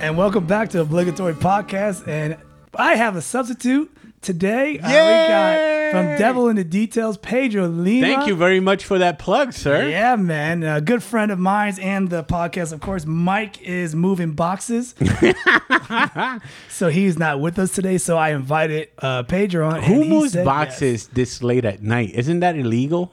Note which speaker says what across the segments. Speaker 1: And welcome back to Obligatory Podcast. And I have a substitute today. Uh,
Speaker 2: Yay!
Speaker 1: we got from Devil in the Details, Pedro Lima.
Speaker 2: Thank you very much for that plug, sir.
Speaker 1: Yeah, man. A good friend of mine's and the podcast, of course. Mike is moving boxes. so he's not with us today. So I invited uh, Pedro on. and
Speaker 2: Who
Speaker 1: he
Speaker 2: moves
Speaker 1: said
Speaker 2: boxes this late at night? Isn't that illegal?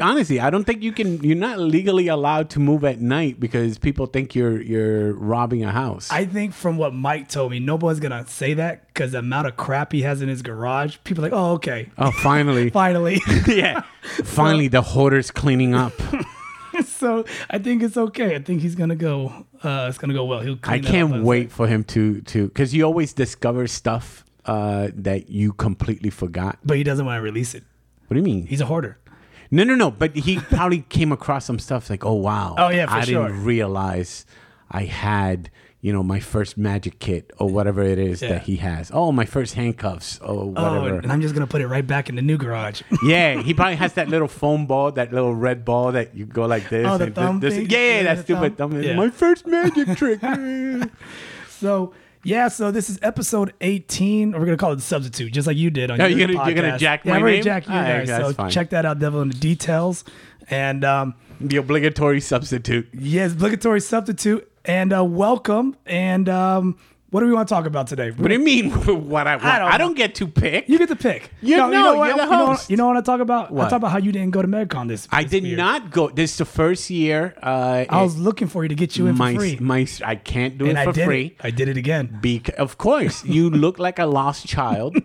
Speaker 2: Honestly, I don't think you can. You're not legally allowed to move at night because people think you're you're robbing a house.
Speaker 1: I think from what Mike told me, no one's gonna say that because the amount of crap he has in his garage, people are like, oh, okay,
Speaker 2: oh, finally,
Speaker 1: finally.
Speaker 2: yeah, finally, the hoarder's cleaning up.
Speaker 1: so I think it's okay. I think he's gonna go. Uh, it's gonna go well. He'll.
Speaker 2: I
Speaker 1: Clean that up
Speaker 2: can't
Speaker 1: on
Speaker 2: wait for him to to because you always discover stuff uh, that you completely forgot.
Speaker 1: But he doesn't want to release it.
Speaker 2: What do you mean?
Speaker 1: He's a hoarder.
Speaker 2: No, no, no. But he probably came across some stuff like, oh wow,
Speaker 1: Oh, yeah, for
Speaker 2: I
Speaker 1: sure.
Speaker 2: didn't realize I had you know my first magic kit or whatever it is
Speaker 1: Yeah.
Speaker 2: that he has. Oh, my first handcuffs or
Speaker 1: Oh,
Speaker 2: whatever.
Speaker 1: and I'm just gonna put it right back in the new garage.
Speaker 2: yeah, he probably has that little foam ball, that little red ball that you go like this.
Speaker 1: Oh, the
Speaker 2: and
Speaker 1: thumb
Speaker 2: this,
Speaker 1: thing?
Speaker 2: Yeah,
Speaker 1: Yeah,
Speaker 2: that
Speaker 1: the
Speaker 2: stupid
Speaker 1: thumb.
Speaker 2: thumb.
Speaker 1: Yeah.
Speaker 2: My first magic trick. Yeah.
Speaker 1: so yeah, so this is episode 18. Or we're gonna call it substitute, just like you did on
Speaker 2: Oh,
Speaker 1: your
Speaker 2: you're gonna-
Speaker 1: podcast.
Speaker 2: you're gonna jack
Speaker 1: yeah,
Speaker 2: my
Speaker 1: I'm gonna
Speaker 2: name?
Speaker 1: jack you
Speaker 2: All right,
Speaker 1: there.
Speaker 2: that's
Speaker 1: So
Speaker 2: fine.
Speaker 1: check that out, Devil in the Details, and. um
Speaker 2: the obligatory substitute.
Speaker 1: Yes, obligatory substitute and uh, welcome. And um, what do we want to talk about today?
Speaker 2: What do you mean? what I want? I
Speaker 1: don't
Speaker 2: don't,
Speaker 1: know.
Speaker 2: get to pick.
Speaker 1: You get to pick.
Speaker 2: You know,
Speaker 1: what,
Speaker 2: you're the
Speaker 1: you know,
Speaker 2: host.
Speaker 1: you know what I talk about? I
Speaker 2: What?
Speaker 1: talk about how you didn't go to MedCon this.
Speaker 2: I
Speaker 1: this
Speaker 2: did
Speaker 1: year.
Speaker 2: not go. This is the first year. Uh,
Speaker 1: I was looking for you to get you in
Speaker 2: my,
Speaker 1: for free,
Speaker 2: my I can't do
Speaker 1: and
Speaker 2: it
Speaker 1: I
Speaker 2: for
Speaker 1: did.
Speaker 2: free.
Speaker 1: It. I did it again.
Speaker 2: Bec- of course, you look like a lost child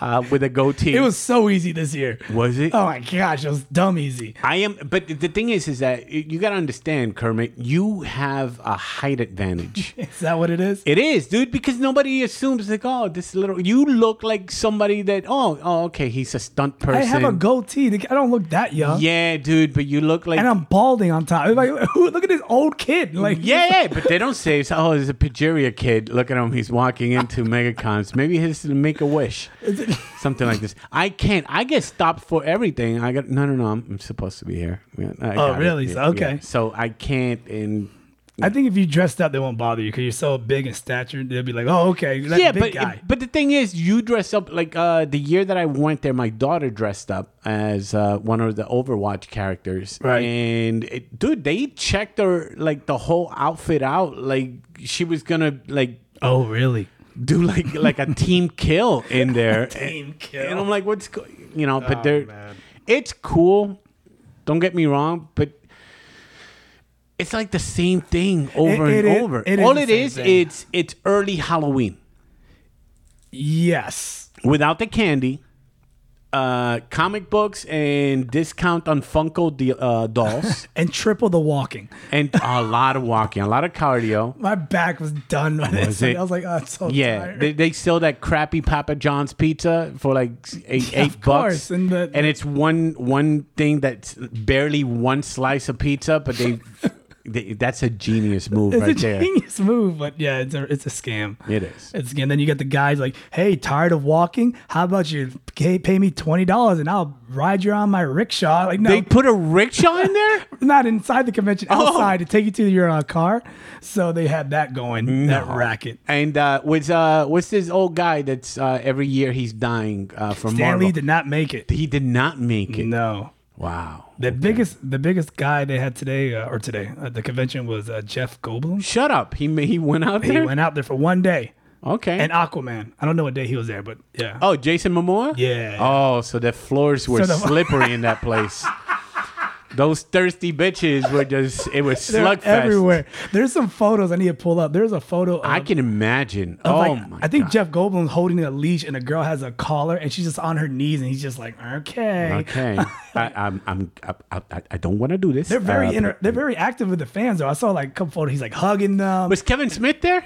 Speaker 2: uh, with a goatee.
Speaker 1: It was so easy this year.
Speaker 2: Was it?
Speaker 1: Oh my gosh, it was dumb easy.
Speaker 2: I am, but the thing is, is that you got to understand, Kermit. You have a height advantage.
Speaker 1: Is that what it is?
Speaker 2: it is, dude, because nobody assumes like, oh, this little. You look like somebody that. Oh, oh, okay, he's a stunt person.
Speaker 1: I have a goatee. I don't look that young.
Speaker 2: Yeah, dude, but you look like.
Speaker 1: And I'm balding on top. Like, who- look at this old kid. Like,
Speaker 2: yeah, yeah, but they don't say, oh, there's a Pajeria kid. Look at him. He's walking into Megacons. Maybe he's to make a wish. Something like this. I can't. I get stopped for everything. I got, no, no, no. I'm, I'm supposed to be here. Yeah, I got it.
Speaker 1: Oh, really?
Speaker 2: Yeah,
Speaker 1: So- okay.
Speaker 2: yeah. So I can't. And
Speaker 1: I think if you dressed up, they won't bother you because you're so big in stature. They'll be like, "Oh, okay, that
Speaker 2: yeah,
Speaker 1: big
Speaker 2: but
Speaker 1: guy."
Speaker 2: but the thing is, you dress up like uh, the year that I went there. My daughter dressed up as uh, one of the Overwatch characters,
Speaker 1: Right.
Speaker 2: And it, dude, they checked her like the whole outfit out. Like she was gonna like
Speaker 1: oh, really?
Speaker 2: do like like a team kill in there.
Speaker 1: Team
Speaker 2: And-
Speaker 1: kill.
Speaker 2: And I'm like, what's go-? you know? But
Speaker 1: Oh,
Speaker 2: they're
Speaker 1: man.
Speaker 2: it's cool. Don't get me wrong, but it's like the same thing over
Speaker 1: It- it
Speaker 2: and
Speaker 1: is-
Speaker 2: over.
Speaker 1: it is
Speaker 2: All
Speaker 1: the
Speaker 2: it
Speaker 1: same
Speaker 2: is,
Speaker 1: thing.
Speaker 2: it's it's early Halloween
Speaker 1: Yes.
Speaker 2: without the candy. Uh, comic books and discount on Funko de- uh, dolls,
Speaker 1: And triple the walking.
Speaker 2: and a lot of walking, a lot of cardio.
Speaker 1: My back was done by this.
Speaker 2: Was
Speaker 1: thing.
Speaker 2: it-
Speaker 1: I was like, "Oh, I'm so
Speaker 2: Yeah,
Speaker 1: tired."
Speaker 2: they, they sell that crappy Papa John's pizza for like s- eight,
Speaker 1: Yeah,
Speaker 2: eight
Speaker 1: of course,
Speaker 2: bucks,
Speaker 1: and the-
Speaker 2: and it's one one thing that's barely one slice of pizza, but they, they that's a genius move
Speaker 1: it's
Speaker 2: right
Speaker 1: a
Speaker 2: there.
Speaker 1: genius move, but yeah, it's a it's a scam.
Speaker 2: It is.
Speaker 1: It's and then you get the guys like, "Hey, tired of walking? How about you pay, pay me twenty dollars and I'll ride you on my rickshaw?" Like, no,
Speaker 2: They Oh. put a rickshaw in there.
Speaker 1: not inside the convention, outside to take you to your uh, car. So they had that going, that racket.
Speaker 2: And uh, what's uh, what's this old guy that's uh, every year he's dying uh, from
Speaker 1: Stanley Mm.
Speaker 2: Marvel?
Speaker 1: did not make it.
Speaker 2: he did not make it.
Speaker 1: No.
Speaker 2: Wow.
Speaker 1: The biggest, the biggest guy they had today uh, or today at the convention was uh, Jeff Goldblum.
Speaker 2: Shut up. He ma- he went out
Speaker 1: He
Speaker 2: there.
Speaker 1: went out there for one day,
Speaker 2: okay.
Speaker 1: and Aquaman. I don't know what day he was there, but yeah.
Speaker 2: Oh, Jason Momoa?
Speaker 1: Yeah.
Speaker 2: Oh, so the floors were
Speaker 1: So the-
Speaker 2: slippery in that place. Those thirsty bitches were just it was
Speaker 1: They're
Speaker 2: slugfest.
Speaker 1: everywhere. There's some photos I need to pull up. There's a photo. Of,
Speaker 2: I can imagine.
Speaker 1: of,
Speaker 2: Oh
Speaker 1: like,
Speaker 2: my
Speaker 1: I think
Speaker 2: God.
Speaker 1: Jeff Goldblum's holding a leash, and a girl has a collar, and she's just on her knees, and he's just like, okay.
Speaker 2: Okay. I I'm, I'm I, I, I don't want to do this.
Speaker 1: They're very
Speaker 2: Uh,
Speaker 1: inter- they're very active with the fans though. I saw like a couple photos. He's like hugging them.
Speaker 2: Was Kevin Smith there?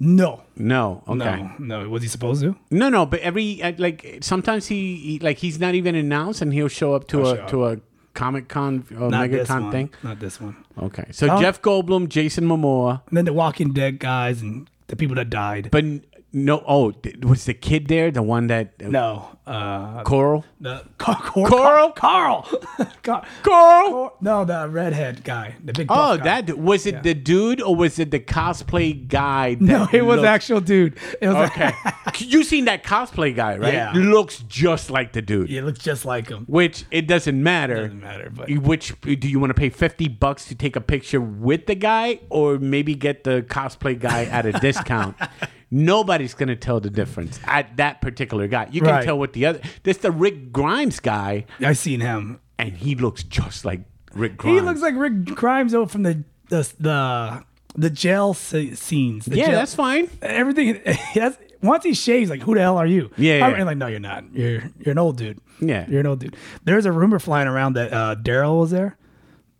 Speaker 1: no,
Speaker 2: No. Okay.
Speaker 1: no, no. Was he supposed to?
Speaker 2: No, no, but every uh, like sometimes he, he- like he's not even announced and he'll show up to
Speaker 1: He'll
Speaker 2: a
Speaker 1: show up.
Speaker 2: to a Comic Con or
Speaker 1: Not
Speaker 2: Mega
Speaker 1: this
Speaker 2: Con
Speaker 1: one.
Speaker 2: thing.
Speaker 1: Not this one.
Speaker 2: Okay. So Jeff Goldblum, Jason Momoa,
Speaker 1: And then the Walking Dead guys and the people that died.
Speaker 2: But No. Oh, th- was the kid there? The one that uh,
Speaker 1: No, uh,
Speaker 2: Coral.
Speaker 1: the Car- Cor-
Speaker 2: Carl?
Speaker 1: Carl, Car-
Speaker 2: Coral.
Speaker 1: Cor- no, the redhead guy, the big. buff
Speaker 2: Oh,
Speaker 1: guy.
Speaker 2: that dude. was it. The dude, or was it the cosplay guy? That
Speaker 1: No, it was
Speaker 2: looked-
Speaker 1: actual dude. It was
Speaker 2: okay. you seen that cosplay guy, right?
Speaker 1: Yeah.
Speaker 2: Looks just like the dude.
Speaker 1: it looks just like him.
Speaker 2: Which it doesn't matter.
Speaker 1: Doesn't matter, but
Speaker 2: Which do you want to pay fifty bucks to take a picture with the guy, or maybe get the cosplay guy at a discount? Nobody's gonna tell the difference at that particular guy. You can
Speaker 1: Right.
Speaker 2: tell with the other. This the Rick Grimes guy,
Speaker 1: I seen him.
Speaker 2: and he looks just like Rick
Speaker 1: He
Speaker 2: Grimes.
Speaker 1: looks like Rick Grimes though, from the the the, the jail se- scenes. The
Speaker 2: yeah,
Speaker 1: jail-
Speaker 2: that's fine.
Speaker 1: everything. That's once he shaves, like who the hell are you?
Speaker 2: Yeah, yeah,
Speaker 1: I'm-
Speaker 2: yeah.
Speaker 1: and like no, you're not. You're you're an old dude.
Speaker 2: Yeah.
Speaker 1: you're an old dude. There's a rumor flying around that uh, Daryl was there.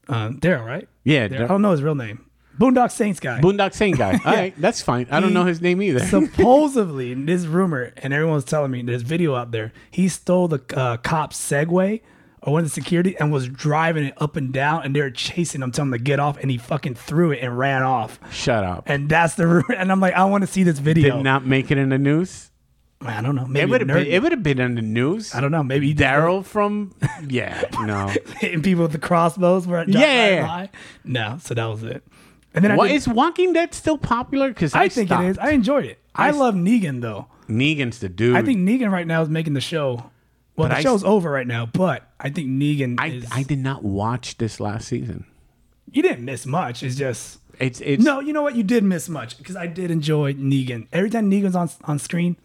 Speaker 1: Uh, Daryl, right?
Speaker 2: Yeah,
Speaker 1: Daryl. I don't know his real name. Boondock Saints guy.
Speaker 2: Boondock Saint guy. All right, that's fine. I don't
Speaker 1: He-
Speaker 2: know his name either.
Speaker 1: supposedly this rumor and everyone's telling me there's video out there he stole the uh, cop's segway or one of the security and was driving it up and down and they were chasing him telling him to get off and he fucking threw it and ran off
Speaker 2: Shut up.
Speaker 1: and that's the rumor and i'm like i want to see this video
Speaker 2: Did not make it in the news.
Speaker 1: i don't know
Speaker 2: It
Speaker 1: maybe
Speaker 2: would have been.
Speaker 1: nerd-
Speaker 2: It would have been in the news.
Speaker 1: i don't know maybe
Speaker 2: Daryl from. Yeah. No.
Speaker 1: hitting people with the crossbows were at
Speaker 2: Yeah.
Speaker 1: no so that was it and then
Speaker 2: What
Speaker 1: I, did,
Speaker 2: is Walking Dead still popular? Because I,
Speaker 1: I think it is i enjoyed it i, love negan though
Speaker 2: Negan's the dude.
Speaker 1: I think Negan right now is making the show. Well,
Speaker 2: But
Speaker 1: the
Speaker 2: I-
Speaker 1: show's over right now, but I think Negan
Speaker 2: I,
Speaker 1: is.
Speaker 2: I did not watch this last season.
Speaker 1: you didn't miss much. It's just
Speaker 2: It's it's
Speaker 1: no. You know what? You did miss much because I did enjoy Negan. Every time Negan's on on screen,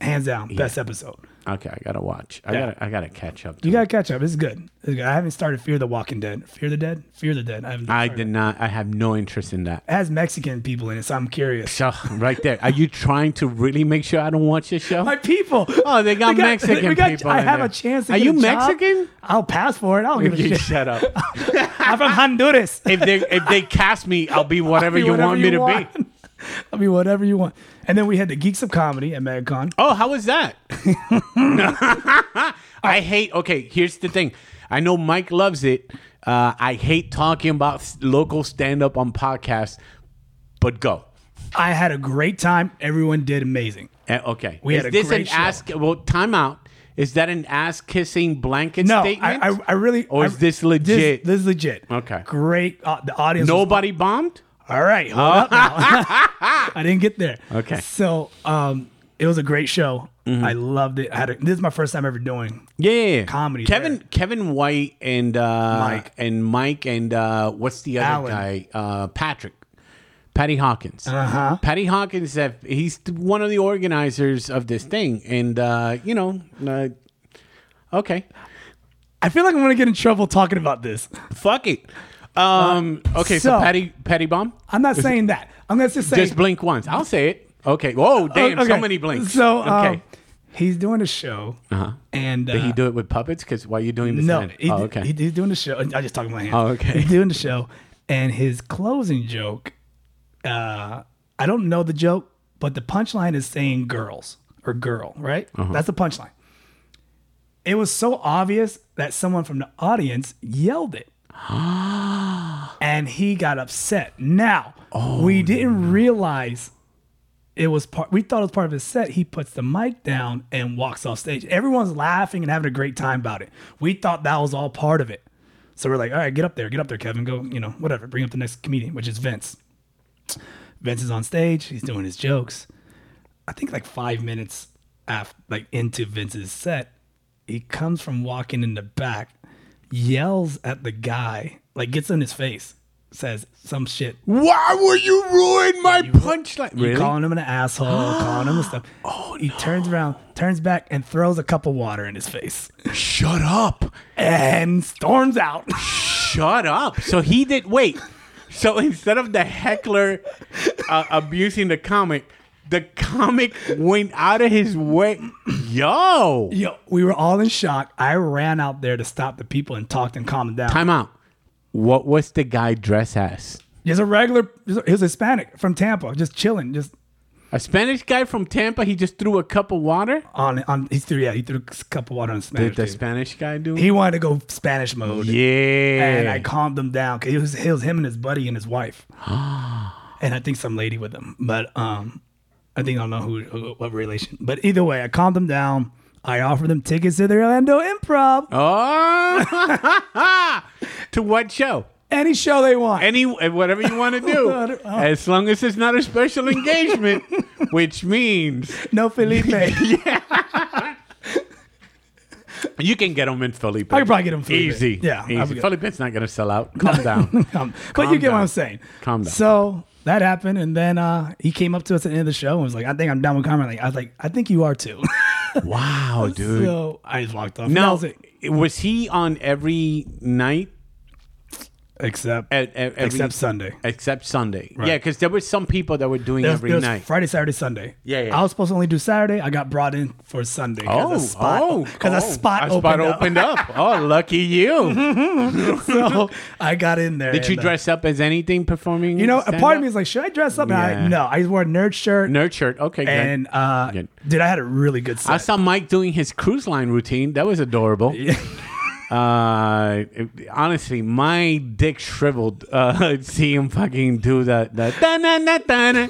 Speaker 1: hands down, best episode.
Speaker 2: okay. I gotta watch. I
Speaker 1: Yeah.
Speaker 2: gotta I gotta catch up. To
Speaker 1: You
Speaker 2: it.
Speaker 1: gotta catch up. It's good. It's good. I haven't started Fear the Walking Dead. Fear the Dead. Fear the Dead. I haven't.
Speaker 2: I
Speaker 1: started.
Speaker 2: did not. I have no interest in that.
Speaker 1: It has Mexican people in it, so I'm curious.
Speaker 2: So right there. Are you trying to really make sure I don't watch this show?
Speaker 1: My people.
Speaker 2: Oh, they got Mexican
Speaker 1: we got,
Speaker 2: people
Speaker 1: I
Speaker 2: in
Speaker 1: have
Speaker 2: there.
Speaker 1: a chance. To
Speaker 2: Are
Speaker 1: get
Speaker 2: you
Speaker 1: a job.
Speaker 2: Mexican?
Speaker 1: I'll pass for it. I don't give a
Speaker 2: You
Speaker 1: shit.
Speaker 2: shut up.
Speaker 1: I'm from Honduras.
Speaker 2: if they if they cast me, I'll be whatever
Speaker 1: Be
Speaker 2: you want me to be.
Speaker 1: want. I'll be whatever you want. And then we had the Geeks of Comedy at MagCon.
Speaker 2: Oh, how was that? I hate. Okay, here's the thing. I know Mike loves it. Uh, I hate talking about s- local stand up on podcasts, but go.
Speaker 1: I had a great time. Everyone did amazing.
Speaker 2: Uh, okay,
Speaker 1: We
Speaker 2: is
Speaker 1: had a
Speaker 2: this
Speaker 1: great
Speaker 2: an
Speaker 1: show.
Speaker 2: ass? Well, time out. Is that an ass kissing blanket
Speaker 1: No,
Speaker 2: statement?
Speaker 1: I, I, I really.
Speaker 2: Or
Speaker 1: I-
Speaker 2: is this legit?
Speaker 1: This, is legit.
Speaker 2: Okay.
Speaker 1: Great. Uh, the audience. was-
Speaker 2: Nobody bombed.
Speaker 1: all right. Hold up now. I didn't get there.
Speaker 2: Okay. Mm-hmm.
Speaker 1: So, um, it was a great show. I loved it. I had a, this is my first time ever doing.
Speaker 2: Yeah, yeah, yeah.
Speaker 1: Comedy
Speaker 2: Kevin Kevin White and uh,
Speaker 1: Mike.
Speaker 2: and Mike and uh, what's the other
Speaker 1: Alan.
Speaker 2: guy? Uh, Patrick. Patty Hawkins. Uh-huh. Patty Hawkins. Have, he's th- one of the organizers of this thing, and uh, you know, uh, okay,
Speaker 1: I feel like I'm gonna get in trouble talking about this.
Speaker 2: fuck it. Um, okay, so,
Speaker 1: Uh, so-
Speaker 2: Patty Patty Bomb.
Speaker 1: I'm not saying that. I'm gonna just say Uh,
Speaker 2: Just blink once. I'll say it. Okay. Whoa, damn! So
Speaker 1: Okay.
Speaker 2: many blinks.
Speaker 1: So, um,
Speaker 2: okay.
Speaker 1: he's doing a show, and uh,
Speaker 2: Did he do it with puppets? Because why are you doing this?
Speaker 1: No,
Speaker 2: hand?
Speaker 1: he,
Speaker 2: oh, okay.
Speaker 1: he, he's doing the show. I just talking about him.
Speaker 2: Oh, okay.
Speaker 1: He's doing the show, and his closing joke. Uh, I don't know the joke, but the punchline is saying "girls" or "girl," right?
Speaker 2: Uh-huh.
Speaker 1: That's the punchline. It was so obvious that someone from the audience yelled it, and he got upset. Now
Speaker 2: Oh,
Speaker 1: we didn't realize. It was part. We thought it was part of his set. He puts the mic down and walks off stage. Everyone's laughing and having a great time about it. We thought that was all part of it. So we're like, all right, get up there, get up there, Kevin. Go, you know, whatever. Bring up the next comedian, which is Vince. Vince is on stage. He's doing his jokes. I think like five minutes after, like into Vince's set, he comes from walking in the back, yells at the guy, like gets in his face, says some shit
Speaker 2: Why will you ruin my punchline?
Speaker 1: you calling him an asshole, calling him a stuff. Oh, he turns around, turns back, and throws a cup of water in his face,
Speaker 2: Shut up.
Speaker 1: and storms out.
Speaker 2: Shut up. So he did. Wait. So instead of the heckler uh, abusing the comic, the comic went out of his way. Yo.
Speaker 1: Yo, we were all in shock. I ran out there to stop the people and talked and calmed them down.
Speaker 2: Time out. What was the guy dressed as?
Speaker 1: He's a regular, he's Hispanic from Tampa, just chilling, just
Speaker 2: A Spanish guy from Tampa. He just threw a cup of water.
Speaker 1: on on. He threw yeah, he threw a cup of water on Spanish.
Speaker 2: Did the
Speaker 1: dude.
Speaker 2: Spanish guy do? it?
Speaker 1: he wanted to go Spanish mode, and I
Speaker 2: yeah.
Speaker 1: calmed him down because it was, it was him and his buddy and his wife, and I think some lady with him. But um, I think I don't know who, who what relation, but either way, I calmed them down. I offered them tickets to the Orlando Improv,
Speaker 2: Oh, to what show?
Speaker 1: any show they want.
Speaker 2: Any uh, whatever you
Speaker 1: Oh,
Speaker 2: want to do, as long as it's not a special engagement, which means
Speaker 1: no Felipe. I
Speaker 2: you can get them in Felipe.
Speaker 1: could probably get them Felipe.
Speaker 2: Easy,
Speaker 1: Yeah, I
Speaker 2: easy.
Speaker 1: would get-
Speaker 2: Felipe's not gonna sell out. Calm down.
Speaker 1: Um, but you get what
Speaker 2: down.
Speaker 1: I'm saying.
Speaker 2: Calm down.
Speaker 1: So that happened, and then uh, he came up to us at the end of the show and was like, "I think I'm done with comedy." I was like, "I think you are too."
Speaker 2: wow, dude.
Speaker 1: so I just walked off. That
Speaker 2: now,
Speaker 1: was it.
Speaker 2: was he on every night?
Speaker 1: except
Speaker 2: At, at- every-
Speaker 1: except Sunday.
Speaker 2: Except Sunday. Yeah, because there were some people that were doing
Speaker 1: It was-
Speaker 2: every
Speaker 1: it was
Speaker 2: night.
Speaker 1: Friday, Saturday, Sunday.
Speaker 2: Yeah, yeah. Oh,
Speaker 1: I was supposed to only do Saturday. I got brought in for Sunday. 'cause a spot, because a spot
Speaker 2: a
Speaker 1: opened
Speaker 2: spot
Speaker 1: up.
Speaker 2: opened up. Oh, lucky you!
Speaker 1: so I got in there.
Speaker 2: Did you
Speaker 1: and, uh,
Speaker 2: dress up as anything performing?
Speaker 1: You know, a part of me
Speaker 2: stand-up?
Speaker 1: is like, should I dress up? And
Speaker 2: Yeah.
Speaker 1: I, no, I just wore a nerd shirt.
Speaker 2: nerd shirt. Okay, good.
Speaker 1: and uh,
Speaker 2: Good.
Speaker 1: dude, I had a really good
Speaker 2: I
Speaker 1: set.
Speaker 2: saw Mike doing his cruise line routine. That was adorable. Uh, it- honestly, my dick shriveled. Uh, see him fucking do that. that da-na-na, da-na,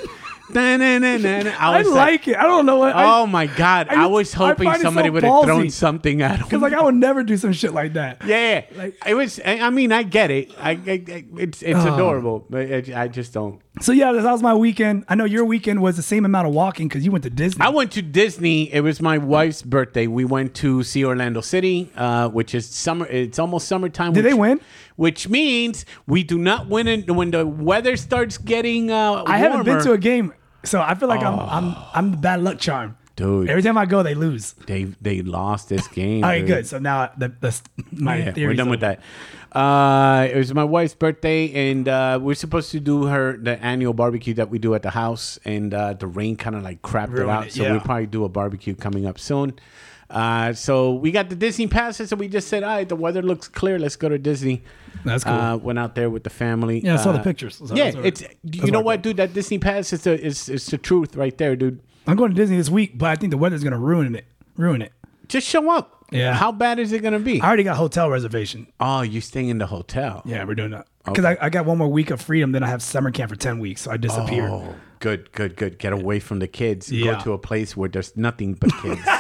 Speaker 2: da-na-na-na.
Speaker 1: I,
Speaker 2: I was like,
Speaker 1: like it. I don't know what. I,
Speaker 2: oh my god! I,
Speaker 1: just-
Speaker 2: was
Speaker 1: I
Speaker 2: hoping
Speaker 1: find it so
Speaker 2: somebody would have thrown
Speaker 1: ballsy.
Speaker 2: something at him.
Speaker 1: Cause like I would never do some shit like that.
Speaker 2: Yeah, yeah.
Speaker 1: Like-
Speaker 2: it was. I I mean, I get it. I, I, I it's it's adorable, but it, I just don't.
Speaker 1: So yeah, that was my weekend. I know your weekend was the same amount of walking because you went to Disney.
Speaker 2: I went to Disney. It was my wife's birthday. We went to see Orlando City, uh, which is summer. It's almost summertime.
Speaker 1: Did
Speaker 2: which,
Speaker 1: they win?
Speaker 2: Which means we do not win it when the weather starts getting. Uh,
Speaker 1: I haven't been
Speaker 2: warmer. Oh.
Speaker 1: to a game, so I feel like I'm I'm I'm the bad luck charm.
Speaker 2: Dude.
Speaker 1: every time I go, they lose.
Speaker 2: They they lost this game.
Speaker 1: All right,
Speaker 2: dude.
Speaker 1: good. So now the, the my
Speaker 2: Yeah,
Speaker 1: theory.
Speaker 2: we're done with that. Uh, it was my wife's birthday, and uh, we're supposed to do her the annual barbecue that we do at the house, and uh, the rain kind of like crapped it
Speaker 1: Ruined
Speaker 2: out,
Speaker 1: it,
Speaker 2: so
Speaker 1: yeah.
Speaker 2: we'll probably do a barbecue coming up soon. Uh, so we got the Disney passes, and we just said, "All right, the weather looks clear. Let's go to Disney."
Speaker 1: That's cool.
Speaker 2: Uh, went out there with the family.
Speaker 1: Yeah, I saw the
Speaker 2: Uh,
Speaker 1: pictures. So
Speaker 2: yeah,
Speaker 1: that's all right.
Speaker 2: it's you know what, dude. That Disney pass is the is, is the truth right there, dude.
Speaker 1: I'm going to Disney this week, but I think the weather's gonna ruin it. Ruin it.
Speaker 2: Just show up.
Speaker 1: Yeah.
Speaker 2: How bad is it gonna be?
Speaker 1: I already got hotel reservation.
Speaker 2: Oh, you staying in the hotel?
Speaker 1: Yeah, we're doing that because I, I got one more week of freedom. Then I have summer camp for ten weeks, so I disappear.
Speaker 2: Oh, good, good, good. Get away from the kids.
Speaker 1: Yeah.
Speaker 2: Go to a place where there's nothing but kids.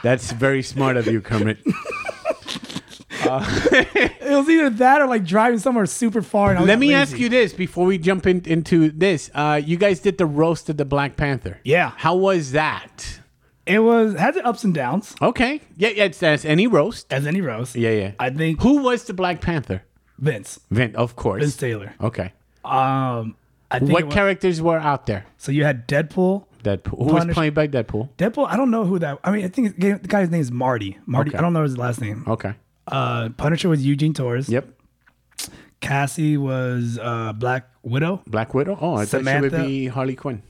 Speaker 2: That's very smart of you, Kermit.
Speaker 1: It was either that or like driving somewhere super far. And I
Speaker 2: Let
Speaker 1: got
Speaker 2: me
Speaker 1: lazy.
Speaker 2: ask you this before we jump in, into this. Uh, you guys did the roast of the Black Panther.
Speaker 1: Yeah.
Speaker 2: How was that?
Speaker 1: It was has its ups and downs
Speaker 2: Okay. Yeah, yeah. It's, that's any roast.
Speaker 1: as any roast.
Speaker 2: Yeah, yeah.
Speaker 1: I think
Speaker 2: Who was the Black Panther?
Speaker 1: Vince
Speaker 2: Vin, of course.
Speaker 1: Vince Taylor.
Speaker 2: Okay.
Speaker 1: Um, I think it
Speaker 2: What
Speaker 1: was-
Speaker 2: characters were out there?
Speaker 1: so you had Deadpool.
Speaker 2: Deadpool. Who
Speaker 1: Punisher.
Speaker 2: was played by Deadpool?
Speaker 1: Deadpool. I don't know who that. I mean, I think it's- the guy's name is Marty. Marty. I don't know his last name.
Speaker 2: Okay.
Speaker 1: Uh, Punisher was Eugene Torres.
Speaker 2: Oh. Yep.
Speaker 1: Cassie was uh, Black Widow.
Speaker 2: Black Widow. Oh, I thought she
Speaker 1: Samantha.
Speaker 2: would be Harley Quinn.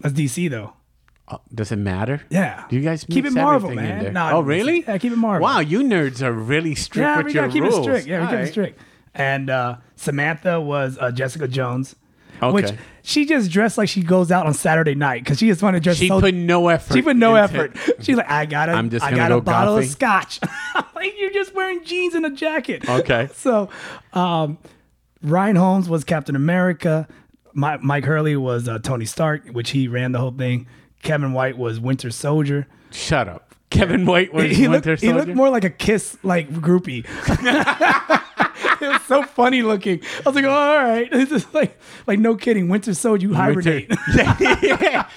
Speaker 1: That's DC though.
Speaker 2: Oh, does it matter?
Speaker 1: Yeah.
Speaker 2: Do you guys
Speaker 1: keep it
Speaker 2: mix
Speaker 1: Marvel,
Speaker 2: everything in
Speaker 1: man?
Speaker 2: there?
Speaker 1: No,
Speaker 2: oh, really?
Speaker 1: Yeah, keep it Marvel.
Speaker 2: Wow, you nerds are really strict
Speaker 1: Yeah,
Speaker 2: with
Speaker 1: we
Speaker 2: your
Speaker 1: gotta keep
Speaker 2: rules.
Speaker 1: it strict. Yeah, we keep
Speaker 2: Alright.
Speaker 1: it strict. And uh, Samantha was uh, Jessica Jones. Which
Speaker 2: Okay.
Speaker 1: she just dressed like she goes out on Saturday night because she just wanted to dress
Speaker 2: She
Speaker 1: so
Speaker 2: put no effort.
Speaker 1: She put no
Speaker 2: into-
Speaker 1: effort. She's like, I got a,
Speaker 2: I'm just
Speaker 1: I
Speaker 2: gonna
Speaker 1: got
Speaker 2: go
Speaker 1: a bottle
Speaker 2: gothy.
Speaker 1: of scotch. like you're just wearing jeans and a jacket.
Speaker 2: Okay.
Speaker 1: So, um, Ryan Holmes was Captain America. Mi- Mike Hurley was uh, Tony Stark, which he ran the whole thing. Kevin White was Winter Soldier.
Speaker 2: Shut up. Kevin White was
Speaker 1: He looked,
Speaker 2: Winter
Speaker 1: he
Speaker 2: Soldier.
Speaker 1: looked more like a kiss like groupie. it was so funny looking. I was like, oh, all right, this is like like no kidding. Winter Soldier, you hibernate.
Speaker 2: Winter, Yeah.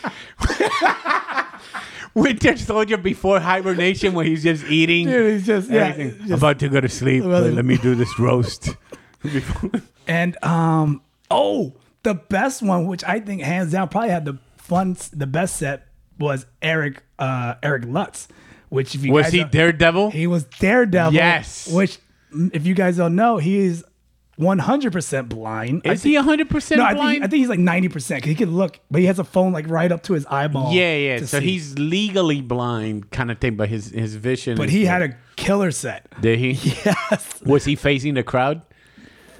Speaker 2: Winter Soldier before hibernation, where he's just eating.
Speaker 1: Dude, it's just yeah.
Speaker 2: everything.
Speaker 1: just-
Speaker 2: About to go to sleep.
Speaker 1: Well,
Speaker 2: but
Speaker 1: then-
Speaker 2: let me do this roast. Before-
Speaker 1: And um, oh, the best one, which I think hands down probably had the fun, the best set was Eric uh, Eric Lutz, which if you
Speaker 2: was
Speaker 1: guys
Speaker 2: he
Speaker 1: don't-
Speaker 2: Daredevil?
Speaker 1: he was Daredevil.
Speaker 2: Yes.
Speaker 1: which mm, if you guys don't know, he is one hundred percent blind. I
Speaker 2: Is he 100%
Speaker 1: no, I
Speaker 2: blind?
Speaker 1: think, I think he's like ninety percent because he can look, but he has a phone like right up to his eyeball.
Speaker 2: yeah, yeah.
Speaker 1: to
Speaker 2: So
Speaker 1: see.
Speaker 2: he's legally blind, kind of thing, but his his vision.
Speaker 1: But
Speaker 2: is
Speaker 1: he
Speaker 2: good.
Speaker 1: had a killer set.
Speaker 2: Did he?
Speaker 1: Yes,
Speaker 2: Was he facing the crowd?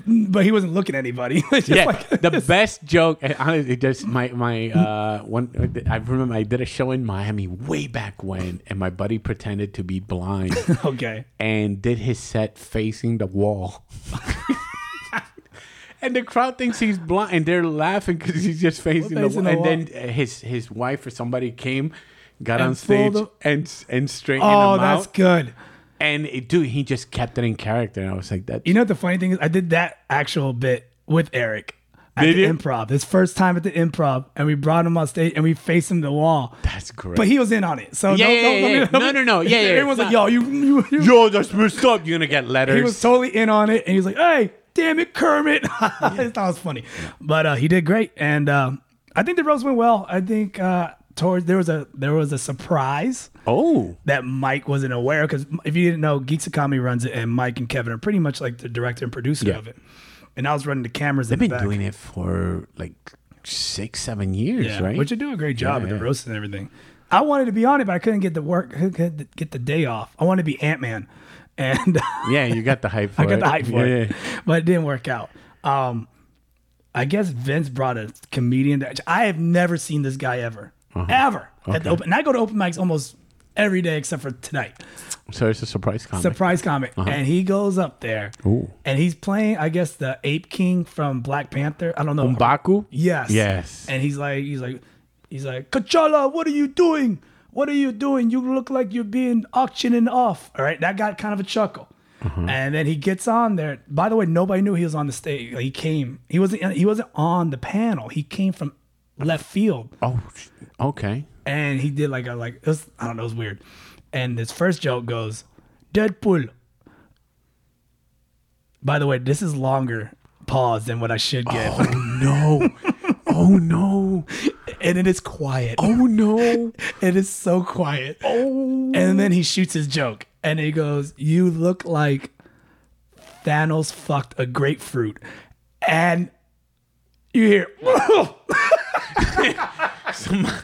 Speaker 1: but he wasn't looking at anybody. It's just
Speaker 2: Yeah,
Speaker 1: like-
Speaker 2: the best joke. and Honestly, just my my uh, one. I remember I did a show in Miami way back when, and my buddy pretended to be blind
Speaker 1: okay.
Speaker 2: and did his set facing the wall. and the crowd thinks he's blind, and they're laughing because he's just facing the
Speaker 1: Facing
Speaker 2: wall.
Speaker 1: the
Speaker 2: And
Speaker 1: wall.
Speaker 2: then uh, his his wife or somebody came, got
Speaker 1: And
Speaker 2: on stage,
Speaker 1: pulled
Speaker 2: and and straightened
Speaker 1: Oh,
Speaker 2: him
Speaker 1: that's
Speaker 2: out.
Speaker 1: good.
Speaker 2: And it, dude, he just kept it in character. And I was like, that.
Speaker 1: You know what the funny thing is? I did that actual bit with Eric at
Speaker 2: Did
Speaker 1: the
Speaker 2: you?
Speaker 1: improv. His first time at the improv, and we brought him on stage and we faced him the wall.
Speaker 2: That's great.
Speaker 1: But he was in on it. So
Speaker 2: Yeah,
Speaker 1: don't,
Speaker 2: yeah,
Speaker 1: don't,
Speaker 2: yeah,
Speaker 1: don't-
Speaker 2: yeah. No, no, no. Yeah, yeah,
Speaker 1: Everyone's
Speaker 2: it's
Speaker 1: like, yo, you, you, you-
Speaker 2: Yo, that's messed up. You're gonna get letters.
Speaker 1: He was totally in on it, and he was like, hey, damn it, Kermit. I thought it was funny. But uh, he did great, and um, I think the roast went well. I think uh, towards there was a there was a surprise
Speaker 2: oh,
Speaker 1: that Mike wasn't aware because if you didn't know, Geeks of Comedy runs it, and Mike and Kevin are pretty much like the director and producer
Speaker 2: Yeah.
Speaker 1: of it. And I was running the cameras.
Speaker 2: they've been doing it for like six, seven years, right?
Speaker 1: Which you do a great job
Speaker 2: Yeah,
Speaker 1: with the
Speaker 2: yeah.
Speaker 1: roasts and everything. I wanted to be on it, but I couldn't get the work, couldn't get the- get the day off. I wanted to be Ant Man, and
Speaker 2: yeah, you got the hype. For
Speaker 1: I got
Speaker 2: it.
Speaker 1: the hype for
Speaker 2: Yeah,
Speaker 1: it, but it didn't work out. Um, I guess Vince brought a comedian that I have never seen this guy ever,
Speaker 2: Uh-huh.
Speaker 1: ever. At the open, and I go to open mics almost every day except for tonight.
Speaker 2: yeah. So it's a surprise comic.
Speaker 1: surprise comic, and he goes up there,
Speaker 2: Uh-huh. Ooh.
Speaker 1: and he's playing, I guess, the Ape King from Black Panther. I don't know.
Speaker 2: Baku.
Speaker 1: Yes.
Speaker 2: Yes.
Speaker 1: And he's like, he's like, he's like, Kachala, what are you doing? What are you doing? You look like you're being auctioning off. All right. That got kind of a chuckle.
Speaker 2: Uh-huh.
Speaker 1: And then he gets on there. By the way, nobody knew he was on the stage. Like, he came. He wasn't. He wasn't on the panel. He came from left field
Speaker 2: Oh, sh- okay.
Speaker 1: and he did like a like it was, I don't know, it was weird. And his first joke goes, Deadpool. By the way, this is longer pause than what I should get,
Speaker 2: Oh no. Oh no.
Speaker 1: and it is quiet.
Speaker 2: Oh no.
Speaker 1: It is so quiet.
Speaker 2: Oh.
Speaker 1: And then he shoots his joke, and he goes, "You look like Thanos fucked a grapefruit," and you hear.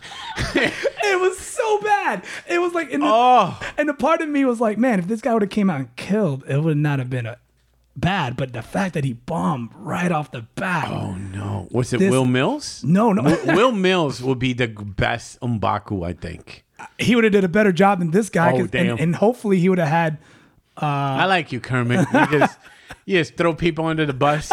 Speaker 1: it was so bad. It was like, in the,
Speaker 2: Oh.
Speaker 1: and the part of me was like, man, if this guy would have came out and killed, it would not have been a bad. But the fact that he bombed right off the bat,
Speaker 2: Oh no. Was it
Speaker 1: This-
Speaker 2: Will Mills?
Speaker 1: no, no,
Speaker 2: Wi- Will Mills would be the g- best Umbaku, I think.
Speaker 1: he would have did a better job than this guy.
Speaker 2: Oh,
Speaker 1: 'cause-
Speaker 2: damn.
Speaker 1: And, and hopefully, he would have had.
Speaker 2: I like you, Kermit. You just you just throw people under the bus.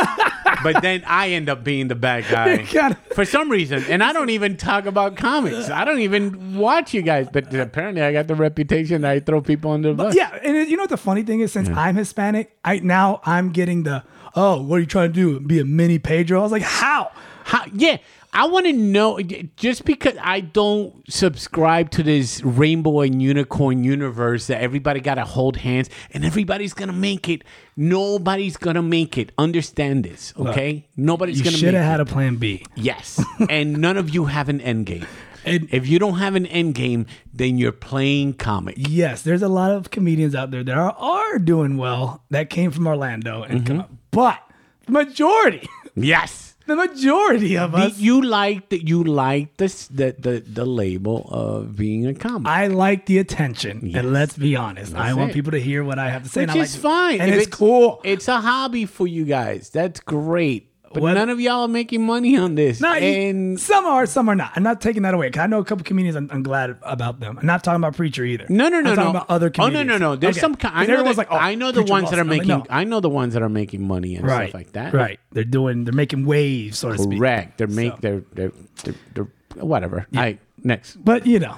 Speaker 2: But then I end up being the bad guy
Speaker 1: God.
Speaker 2: for some reason, and I don't even talk about comics. I don't even watch you guys, but apparently I got the reputation that I throw people under the bus.
Speaker 1: Yeah, and it- you know what the funny thing is? Since I'm Hispanic, I now I'm getting the oh, what are you trying to do? Be a mini Pedro? I was like, how?
Speaker 2: How, yeah, I want to know just because I don't subscribe to this rainbow and unicorn universe that everybody got to hold hands and everybody's going to make it. Nobody's going to make it. Understand this, okay? Nobody's
Speaker 1: You
Speaker 2: going to
Speaker 1: should
Speaker 2: make
Speaker 1: have had
Speaker 2: it.
Speaker 1: a plan B.
Speaker 2: Yes. and none of you have an end game.
Speaker 1: And-
Speaker 2: if you don't have an end game, then you're playing comic.
Speaker 1: Yes, there's a lot of comedians out there that are, are doing well that came from Orlando and
Speaker 2: Mm-hmm.
Speaker 1: come up, but the majority,
Speaker 2: Yes.
Speaker 1: the majority of
Speaker 2: You-
Speaker 1: us,
Speaker 2: You like that you like this the, the the label of being a comic.
Speaker 1: I like the attention. And let's be honest, I want
Speaker 2: it.
Speaker 1: people to hear what I have to say. and
Speaker 2: Which
Speaker 1: I
Speaker 2: is
Speaker 1: like-
Speaker 2: fine.
Speaker 1: and
Speaker 2: If
Speaker 1: it's, cool.
Speaker 2: It's a hobby for you guys. That's great. But
Speaker 1: What-
Speaker 2: none of y'all are making money on this.
Speaker 1: No, you-
Speaker 2: and
Speaker 1: e-, some are, some are not. I'm not taking that away. 'cause I know a couple comedians. I'm, I'm glad about them. I'm not talking about preacher either.
Speaker 2: no, no, no,
Speaker 1: I'm
Speaker 2: no.
Speaker 1: talking About other
Speaker 2: oh
Speaker 1: comedians.
Speaker 2: no, no, no. There's
Speaker 1: Okay.
Speaker 2: some. ki- I
Speaker 1: 'Cause
Speaker 2: know,
Speaker 1: everyone's
Speaker 2: the,
Speaker 1: like, oh,
Speaker 2: I know the
Speaker 1: preacher
Speaker 2: ones
Speaker 1: lost.
Speaker 2: that are
Speaker 1: I'm like,
Speaker 2: making.
Speaker 1: no.
Speaker 2: I know the ones that are making money and
Speaker 1: right,
Speaker 2: stuff like that.
Speaker 1: Right. They're doing. They're making waves, so to speak.
Speaker 2: Correct. They're make. They're, they're they're they're whatever. All right. Next.
Speaker 1: But you know,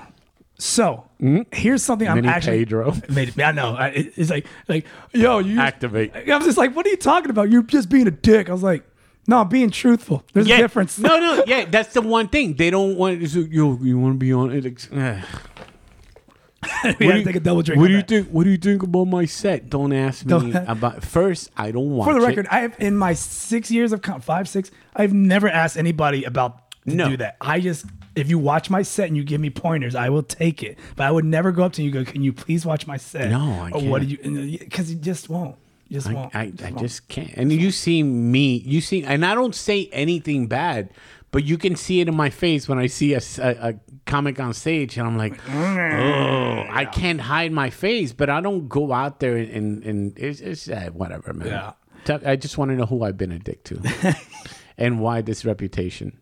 Speaker 1: so
Speaker 2: Mm-hmm.
Speaker 1: here's something I'm
Speaker 2: Mini
Speaker 1: actually.
Speaker 2: Pedro.
Speaker 1: Made it, I know. I, it- it's like like yo, you just-
Speaker 2: Activate.
Speaker 1: I was just like, what are you talking about? You're just being a dick. I was like, no, I'm being truthful. There's a difference.
Speaker 2: no, no. Yeah, that's the one thing they don't want. Is you you want to be on it? Like, eh.
Speaker 1: we
Speaker 2: What
Speaker 1: had to take a double drink.
Speaker 2: What
Speaker 1: on
Speaker 2: do you
Speaker 1: that.
Speaker 2: think? What do you think about my set? Don't ask me
Speaker 1: Don't-
Speaker 2: about. First, I don't watch.
Speaker 1: For the
Speaker 2: it.
Speaker 1: record, I have in my six years of com- five six, I've never asked anybody about to
Speaker 2: No.
Speaker 1: do that. I just if you watch my set and you give me pointers, I will take it. But I would never go up to you and go, "Can you please watch my set?"
Speaker 2: No, I
Speaker 1: Or what do you? Because you just won't. You just won't.
Speaker 2: I, I just can't. And you see me, you see, and I don't say anything bad, but you can see it in my face when I see a, s- a- a comic on stage, and I'm like, oh,
Speaker 1: "Mm,
Speaker 2: I can't hide my face, but I don't go out there and and, and it's, it's uh, whatever, man.
Speaker 1: Yeah.
Speaker 2: T- I just want to know who I've been a dick to, and why this reputation.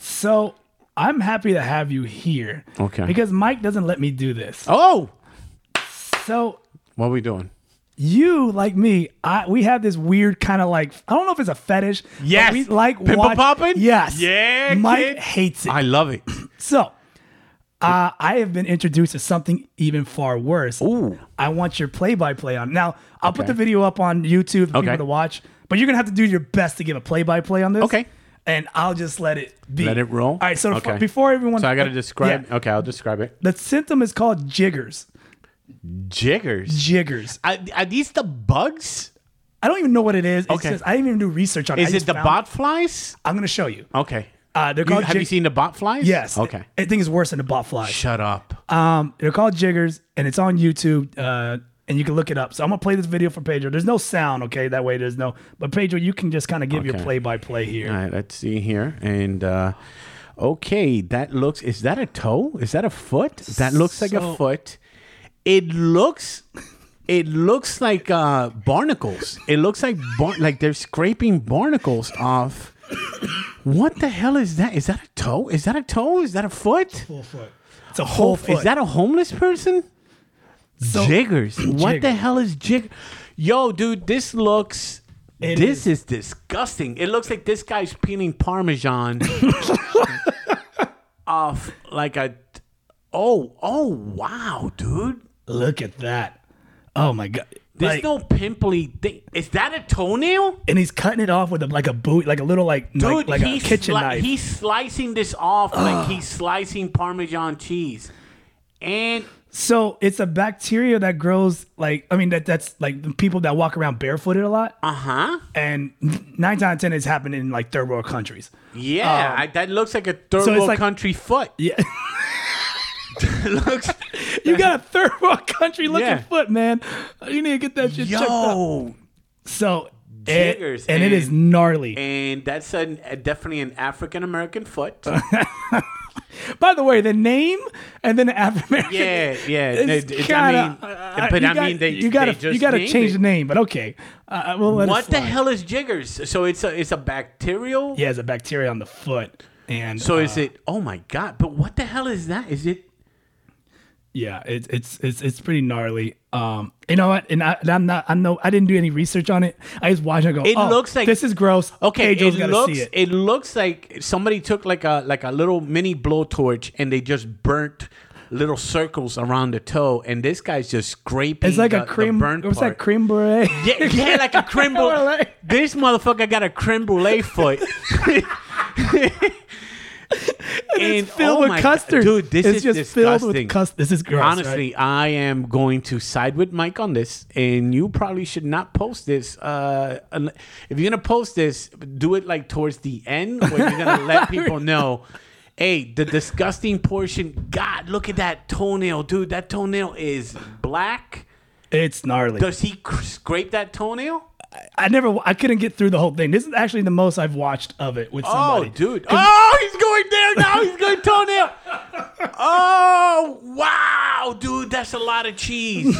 Speaker 1: so I'm happy to have you here.
Speaker 2: Okay.
Speaker 1: Because Mike doesn't let me do this.
Speaker 2: Oh,
Speaker 1: So
Speaker 2: what are we doing?
Speaker 1: You like me, I we have this weird kind of like I don't know if it's a fetish. but
Speaker 2: Yes.
Speaker 1: we like
Speaker 2: Pimple
Speaker 1: watch-
Speaker 2: popping?
Speaker 1: Yes,
Speaker 2: Yeah,
Speaker 1: Mike
Speaker 2: kid.
Speaker 1: hates it.
Speaker 2: I love it.
Speaker 1: So, uh, I have been introduced to something even far worse.
Speaker 2: Ooh.
Speaker 1: I want your play-by-play on. Now, I'll put
Speaker 2: Okay.
Speaker 1: the video up on YouTube for
Speaker 2: Okay.
Speaker 1: people to watch, but you're gonna have to do your best to give a play-by-play on this.
Speaker 2: Okay.
Speaker 1: And I'll just let it be.
Speaker 2: Let it roll?
Speaker 1: All right. So f-
Speaker 2: Okay.
Speaker 1: before everyone,
Speaker 2: So I got to
Speaker 1: uh,
Speaker 2: describe.
Speaker 1: yeah.
Speaker 2: Okay, I'll describe it.
Speaker 1: the symptom is called jiggers.
Speaker 2: Jiggers.
Speaker 1: Jiggers.
Speaker 2: Are, are these the bugs?
Speaker 1: I don't even know what it is. It's
Speaker 2: Okay.
Speaker 1: just- I didn't even do research on it. I
Speaker 2: Is it
Speaker 1: just
Speaker 2: the
Speaker 1: found-
Speaker 2: bot flies?
Speaker 1: I'm gonna show you.
Speaker 2: Okay.
Speaker 1: Uh, they're
Speaker 2: You-
Speaker 1: called.
Speaker 2: have you
Speaker 1: jig-
Speaker 2: seen the bot flies?
Speaker 1: Yes.
Speaker 2: Okay.
Speaker 1: I think it's worse than the bot fly.
Speaker 2: Shut up.
Speaker 1: Um, they're called jiggers, and it's on YouTube, uh, and you can look it up. So I'm gonna play this video for Pedro. There's no sound, okay? That way, there's no. But Pedro, you can just kind of give your
Speaker 2: Okay.
Speaker 1: play-by-play here.
Speaker 2: All right, let's see here. And uh, okay, that looks. Is that a toe? Is that a foot? That looks like
Speaker 1: So-
Speaker 2: a foot. It looks. It looks like uh, barnacles. It looks like bar- like they're scraping barnacles off. What the hell is that? Is that a toe? Is that a toe? Is that a foot?
Speaker 1: Full foot. It's a whole foot.
Speaker 2: Is that a homeless person?
Speaker 1: So-
Speaker 2: jiggers. What the
Speaker 1: Jiggers.
Speaker 2: hell is jig? Yo, dude, this looks.
Speaker 1: It
Speaker 2: this is. disgusting. It looks like this guy's peeling parmesan off like a. Oh, oh, wow, dude.
Speaker 1: Look at that. Oh my god.
Speaker 2: There's
Speaker 1: Like-
Speaker 2: no pimply thing. Is that a toenail?
Speaker 1: and he's cutting it off with a, like a boot, like a little like
Speaker 2: Dude,
Speaker 1: like, like a
Speaker 2: he's
Speaker 1: kitchen
Speaker 2: sli-
Speaker 1: knife.
Speaker 2: He's slicing this off like he's slicing Parmesan cheese. And
Speaker 1: So it's a bacteria that grows like I mean that that's like the people that walk around barefooted a lot,
Speaker 2: uh huh.
Speaker 1: and nine times out of ten it's happened in like third world countries.
Speaker 2: Yeah, I, that looks like a third
Speaker 1: Um, so it's
Speaker 2: world
Speaker 1: like-
Speaker 2: country foot.
Speaker 1: Yeah.
Speaker 2: It looks
Speaker 1: You got a third world country looking
Speaker 2: Yeah.
Speaker 1: foot, man. You need to get that shit checked out.
Speaker 2: yo,
Speaker 1: So it-
Speaker 2: Jiggers,
Speaker 1: and it is gnarly.
Speaker 2: and that's an, uh, definitely an African American foot.
Speaker 1: By the way, the name and then the African American.
Speaker 2: Yeah, yeah.
Speaker 1: It's
Speaker 2: It- it- I
Speaker 1: kinda,
Speaker 2: mean,
Speaker 1: uh,
Speaker 2: but
Speaker 1: you
Speaker 2: I
Speaker 1: got-
Speaker 2: mean, they-
Speaker 1: you gotta
Speaker 2: they just
Speaker 1: you gotta
Speaker 2: named
Speaker 1: change
Speaker 2: it.
Speaker 1: the name, but okay. Uh, we'll let it
Speaker 2: what the
Speaker 1: slide.
Speaker 2: hell is jiggers? So it's a it's a bacterial.
Speaker 1: Yeah, Uh-huh. it's a bacteria on the foot, and
Speaker 2: So is it? Oh my god! But what the hell is that? Is it?
Speaker 1: yeah it, it's it's it's pretty gnarly um you know what and, I, and i'm not i know i didn't do any research on it i just watched and I go
Speaker 2: It
Speaker 1: "Oh,
Speaker 2: looks like-
Speaker 1: this is gross
Speaker 2: Okay,
Speaker 1: Pedro's
Speaker 2: it
Speaker 1: gotta
Speaker 2: looks
Speaker 1: see
Speaker 2: it.
Speaker 1: it
Speaker 2: looks like somebody took like a like a little mini blowtorch and they just burnt little circles around the toe, and this guy's just scraping.
Speaker 1: it's like
Speaker 2: the,
Speaker 1: a cream
Speaker 2: burn
Speaker 1: what's that cream brulee
Speaker 2: Yeah, yeah, like a creme brulee. This motherfucker got a creme brulee foot. And,
Speaker 1: filled
Speaker 2: oh
Speaker 1: with
Speaker 2: my God,
Speaker 1: custard
Speaker 2: dude, this
Speaker 1: it's
Speaker 2: is
Speaker 1: just
Speaker 2: disgusting.
Speaker 1: filled with custard this is gross right?
Speaker 2: Honestly, I am going to side with Mike on this, and you probably should not post this. Uh, unle- if you're gonna post this, do it like towards the end, where you're gonna let people know. Hey, the disgusting portion. God, look at that toenail, dude. That toenail is black.
Speaker 1: it's gnarly
Speaker 2: Does he cr- scrape that toenail?
Speaker 1: i never i couldn't get through the whole thing this is actually the most i've watched of it with somebody
Speaker 2: Oh, dude. Oh, he's going there now. He's going toenail. Oh, wow, dude. That's a lot of cheese.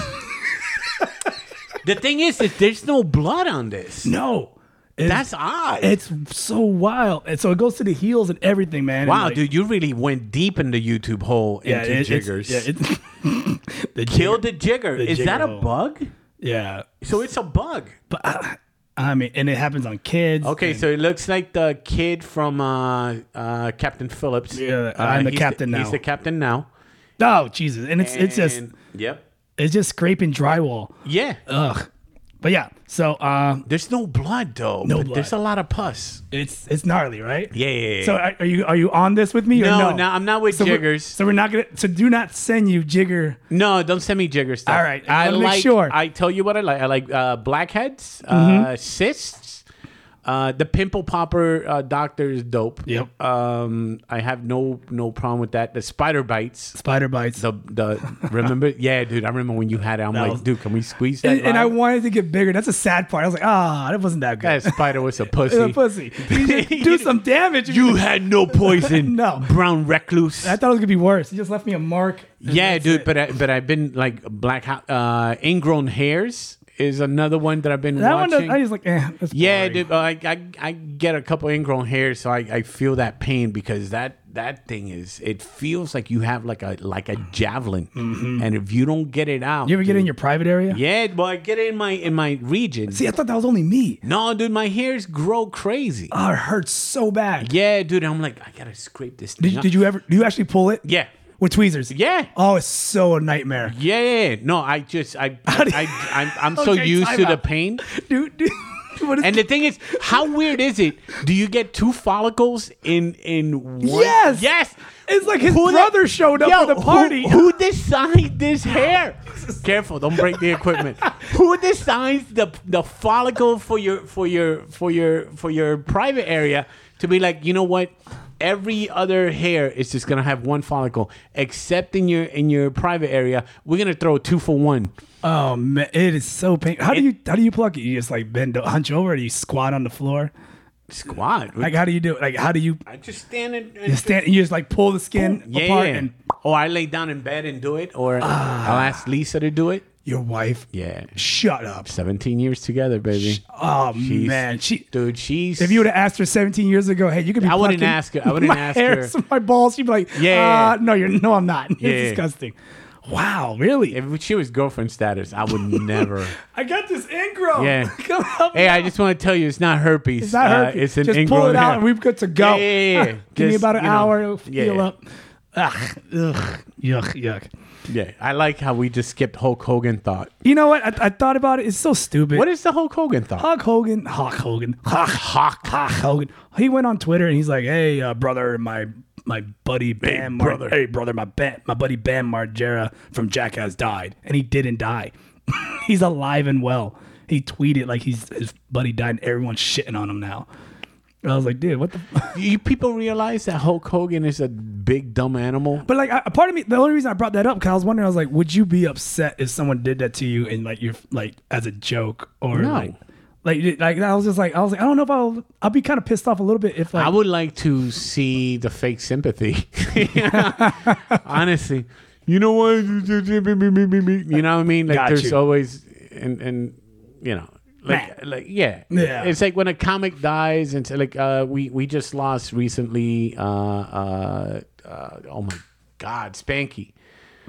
Speaker 2: the thing is that there's no blood on this.
Speaker 1: no It's-
Speaker 2: That's odd.
Speaker 1: it's so wild and so it goes to the heels and everything man and
Speaker 2: wow,
Speaker 1: like-
Speaker 2: dude, you really went deep in the YouTube hole
Speaker 1: yeah, it-
Speaker 2: into
Speaker 1: it's-
Speaker 2: jiggers.
Speaker 1: yeah, it's- the
Speaker 2: Kill
Speaker 1: jigger-
Speaker 2: the jigger. is
Speaker 1: jigger
Speaker 2: that a
Speaker 1: hole.
Speaker 2: bug?
Speaker 1: yeah
Speaker 2: So it's a bug.
Speaker 1: But I, I mean, and it happens on kids.
Speaker 2: Okay, so it looks like the kid from uh, uh, Captain Phillips.
Speaker 1: Yeah,
Speaker 2: Uh,
Speaker 1: I'm the
Speaker 2: he's
Speaker 1: captain now.
Speaker 2: He's the captain now.
Speaker 1: Oh Jesus! And it's it's just
Speaker 2: And- Yep.
Speaker 1: it's just scraping drywall.
Speaker 2: Yeah.
Speaker 1: Ugh. But yeah, so uh,
Speaker 2: There's no blood though.
Speaker 1: No
Speaker 2: but
Speaker 1: blood.
Speaker 2: There's a lot of pus.
Speaker 1: it's it's gnarly, right?
Speaker 2: Yeah, yeah, yeah.
Speaker 1: So are, are you are you on this with me? or
Speaker 2: no,
Speaker 1: no,
Speaker 2: no, I'm not with
Speaker 1: so We're,
Speaker 2: jiggers.
Speaker 1: so we're not gonna. So do not send you jigger.
Speaker 2: no, don't send me jiggers. Stuff.
Speaker 1: All right, I
Speaker 2: I
Speaker 1: wanna make
Speaker 2: like.
Speaker 1: sure. Mm-hmm.
Speaker 2: I tell you what I like. I like uh, blackheads, uh, cysts. Uh, the pimple popper uh, doctor is dope.
Speaker 1: Yep.
Speaker 2: Um, I have no no problem with that. The spider bites.
Speaker 1: Spider bites.
Speaker 2: The the remember? yeah, dude. I remember when you had it. I'm like,
Speaker 1: was-
Speaker 2: dude, can we squeeze that?
Speaker 1: and, and I
Speaker 2: live?
Speaker 1: wanted to get bigger. That's a sad part. I was like, ah, that wasn't that good.
Speaker 2: that spider was a
Speaker 1: It's
Speaker 2: pussy.
Speaker 1: a pussy. You should do some damage.
Speaker 2: You had no poison.
Speaker 1: No.
Speaker 2: brown recluse.
Speaker 1: I thought it was gonna be worse. You just left me a mark.
Speaker 2: Yeah, dude, but I, but I've been like black ho- uh, ingrown hairs is another one that I've been
Speaker 1: That one,
Speaker 2: watching.
Speaker 1: does, I just like, eh, that's
Speaker 2: yeah,
Speaker 1: boring.
Speaker 2: dude, I, I I get a couple ingrown hairs, so I, I feel that pain because that that thing is it feels like you have like a like a javelin, and if you don't get it out,
Speaker 1: Mm-hmm. You ever get
Speaker 2: dude-
Speaker 1: in your private area?
Speaker 2: Yeah, well, I get it in my in my region.
Speaker 1: See, I thought that was only me.
Speaker 2: no, dude, my hairs grow crazy.
Speaker 1: Oh, it hurts so bad.
Speaker 2: Yeah, dude, I'm like I gotta scrape this thing.
Speaker 1: Did,
Speaker 2: up.
Speaker 1: did you ever? Do you actually pull it?
Speaker 2: Yeah,
Speaker 1: With tweezers?
Speaker 2: yeah.
Speaker 1: Oh, it's so a nightmare,
Speaker 2: Yeah, yeah, yeah. no, I just I I,
Speaker 1: do you-
Speaker 2: I I'm, I'm so
Speaker 1: Okay,
Speaker 2: used
Speaker 1: time
Speaker 2: to the
Speaker 1: out.
Speaker 2: pain.
Speaker 1: dude. dude what is
Speaker 2: And the thing is, how weird is it? Do you get two follicles in in one?
Speaker 1: Yes!
Speaker 2: yes.
Speaker 1: It's like his
Speaker 2: Who the-
Speaker 1: brother showed up
Speaker 2: Yo,
Speaker 1: for the party.
Speaker 2: Who, who designed this hair? Careful, don't break the equipment. who designs the the follicle for your for your for your for your private area to be like, you know what? Every other hair is just gonna have one follicle, except in your in your private area. We're gonna throw two for one.
Speaker 1: oh man, it is so painful. How do you how do you pluck it? You just like bend, hunch over, or do you squat on the floor?
Speaker 2: Squad.
Speaker 1: Like how do you do it? Like how do you
Speaker 2: I just stand and,
Speaker 1: you stand? You just like pull the skin
Speaker 2: yeah,
Speaker 1: apart,
Speaker 2: yeah.
Speaker 1: and
Speaker 2: or I lay down in bed and do it, or
Speaker 1: Ah.
Speaker 2: I'll ask Lisa to do it.
Speaker 1: your wife.
Speaker 2: Yeah,
Speaker 1: Shut up.
Speaker 2: seventeen years together, baby.
Speaker 1: Oh
Speaker 2: She's-
Speaker 1: man, she.
Speaker 2: Dude, she's.
Speaker 1: If you would have asked her 17 years ago, hey, you could be.
Speaker 2: I wouldn't
Speaker 1: plucking
Speaker 2: ask her. I wouldn't
Speaker 1: my
Speaker 2: ask
Speaker 1: hair,
Speaker 2: her.
Speaker 1: My balls. She'd be like,
Speaker 2: Yeah.
Speaker 1: uh, no, you're no, I'm not. It's
Speaker 2: Yeah.
Speaker 1: disgusting. Wow, really?
Speaker 2: if she was girlfriend status, I would never.
Speaker 1: I got this ingrown.
Speaker 2: Yeah.
Speaker 1: Come help
Speaker 2: hey, I just want to tell you, it's not herpes.
Speaker 1: Oh
Speaker 2: Uh,
Speaker 1: It's not herpes.
Speaker 2: it's an
Speaker 1: just
Speaker 2: ingrown
Speaker 1: pull it out
Speaker 2: hair.
Speaker 1: and we're good to go.
Speaker 2: Yeah, yeah, yeah, yeah.
Speaker 1: Give me
Speaker 2: Just,
Speaker 1: about an
Speaker 2: you know,
Speaker 1: hour. It'll
Speaker 2: yeah,
Speaker 1: heal
Speaker 2: yeah.
Speaker 1: up. Ugh, ugh, yuck, yuck.
Speaker 2: yeah, I like how we just skipped Hulk Hogan thought.
Speaker 1: You know what? I, I thought about it. It's so stupid.
Speaker 2: What is the Hulk Hogan thought?
Speaker 1: Hulk Hogan, Hulk Hogan, Hulk,
Speaker 2: Hawk.
Speaker 1: Hulk Hogan. He went on Twitter and he's like, "Hey, uh, brother, my my buddy Bam, Mar-
Speaker 2: brother.
Speaker 1: hey brother, my ba- my buddy Bam Margera from Jackass died, and he didn't die. he's alive and well." He tweeted like he's his buddy died, and everyone's shitting on him now. I was like, dude, what the.
Speaker 2: Do you people realize that Hulk Hogan is a big dumb animal?
Speaker 1: But like, I, a part of me, the only reason I brought that up, because I was wondering, I was like, would you be upset if someone did that to you and like you're like as a joke or
Speaker 2: No.
Speaker 1: like, like, you- like I was just like, I was like, I don't know if I'll, I'll be kind of pissed off a little bit if like,
Speaker 2: I would like to see the fake sympathy. Honestly, you know what? You know what I mean? Like
Speaker 1: Got
Speaker 2: there's
Speaker 1: you.
Speaker 2: always and and you know like like yeah
Speaker 1: Yeah.
Speaker 2: It's like when a comic dies and so, like uh, we we just lost recently. Uh, uh, uh, oh my God, Spanky.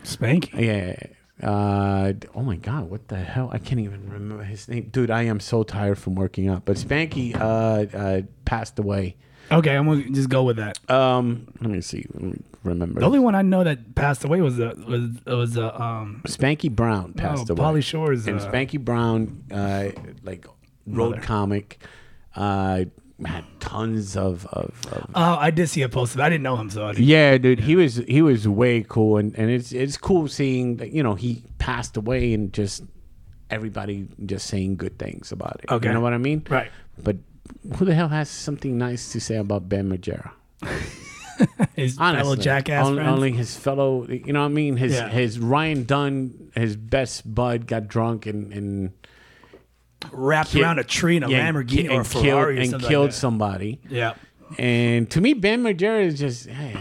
Speaker 1: spanky.
Speaker 2: Yeah. Uh, oh my God, what the hell? I can't even remember his name, dude. I am so tired from working out. But Spanky uh, uh, passed away.
Speaker 1: Okay, I'm gonna just go with that.
Speaker 2: Um, let me see. Let me remember.
Speaker 1: The only one I know that passed away was a was was a um
Speaker 2: Spanky Brown
Speaker 1: oh,
Speaker 2: passed away.
Speaker 1: Polly Shore's.
Speaker 2: and
Speaker 1: uh,
Speaker 2: Spanky Brown, uh, like road comic, uh, had tons of of. of
Speaker 1: oh, I did see a post. of it. I didn't know him, so I didn't,
Speaker 2: yeah, dude, he was he was way cool, and, and it's it's cool seeing that you know he passed away and just everybody just saying good things about it.
Speaker 1: Okay.
Speaker 2: you know what I mean?
Speaker 1: right.
Speaker 2: But who the hell has something nice to say about Ben Margera?
Speaker 1: His
Speaker 2: Honestly,
Speaker 1: fellow jackass
Speaker 2: on-
Speaker 1: friends.
Speaker 2: only his fellow, you know what I mean. His
Speaker 1: Yeah.
Speaker 2: his Ryan Dunn, his best bud, got drunk and and
Speaker 1: wrapped around a tree in a
Speaker 2: yeah, and
Speaker 1: Lamborghini
Speaker 2: ki-
Speaker 1: or
Speaker 2: and
Speaker 1: a Ferrari
Speaker 2: killed,
Speaker 1: or
Speaker 2: and
Speaker 1: something like
Speaker 2: killed
Speaker 1: that.
Speaker 2: somebody.
Speaker 1: Yeah.
Speaker 2: And to me, Ben Margera is just eh,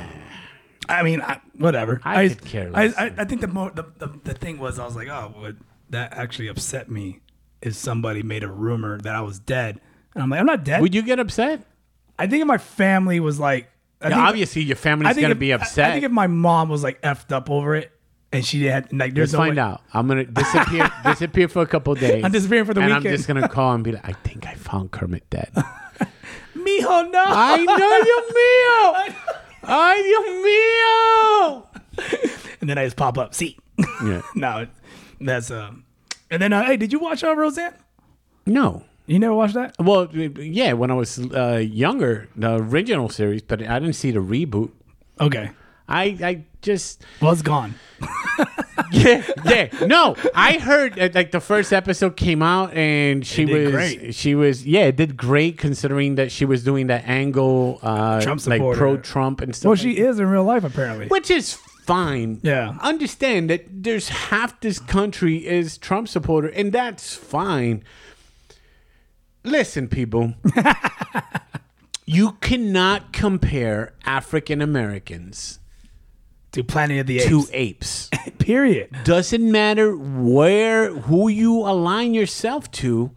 Speaker 1: I mean, I, whatever.
Speaker 2: I
Speaker 1: just-
Speaker 2: could care
Speaker 1: I,
Speaker 2: less.
Speaker 1: I, I think the more the, the, the thing was, I was like, oh, what that actually upset me is somebody made a rumor that I was dead, and I'm like, I'm not dead.
Speaker 2: would you get upset?
Speaker 1: I think if my family was like, I
Speaker 2: Yeah,
Speaker 1: think-
Speaker 2: obviously, your
Speaker 1: I
Speaker 2: family's
Speaker 1: think
Speaker 2: gonna
Speaker 1: if-
Speaker 2: be
Speaker 1: I-
Speaker 2: upset.
Speaker 1: I, think if my mom was like effed up over it, and she had like, there's
Speaker 2: Let's
Speaker 1: no
Speaker 2: find
Speaker 1: way-
Speaker 2: out. I'm gonna disappear disappear for a couple days.
Speaker 1: I'm disappearing for the
Speaker 2: and I'm
Speaker 1: weekend.
Speaker 2: just gonna call and be like, I think I found Kermit dead.
Speaker 1: Mijo, no.
Speaker 2: I know you, Mio. I know
Speaker 1: and then I just pop up. See,
Speaker 2: you, Mio. Yeah.
Speaker 1: no, that's um. And then, uh, hey, did you watch uh, Roseanne?
Speaker 2: No.
Speaker 1: You never watched that?
Speaker 2: Well, yeah, when I was uh, younger, the original series, but I didn't see the reboot.
Speaker 1: Okay,
Speaker 2: I, I just
Speaker 1: well, it's gone.
Speaker 2: yeah, yeah. No, I heard that, like the first episode came out and she
Speaker 1: did
Speaker 2: was
Speaker 1: great.
Speaker 2: she was yeah, it did great considering that she was doing that angle uh
Speaker 1: Trump
Speaker 2: like
Speaker 1: supporter.
Speaker 2: pro Trump and stuff.
Speaker 1: Well,
Speaker 2: like
Speaker 1: she is in real life apparently.
Speaker 2: which is fine.
Speaker 1: Yeah.
Speaker 2: Understand that there's half this country is Trump supporter, and that's fine. Listen, people, you cannot compare African Americans
Speaker 1: to Planet of the Apes.
Speaker 2: Two apes.
Speaker 1: Period.
Speaker 2: Doesn't matter where who you align yourself to.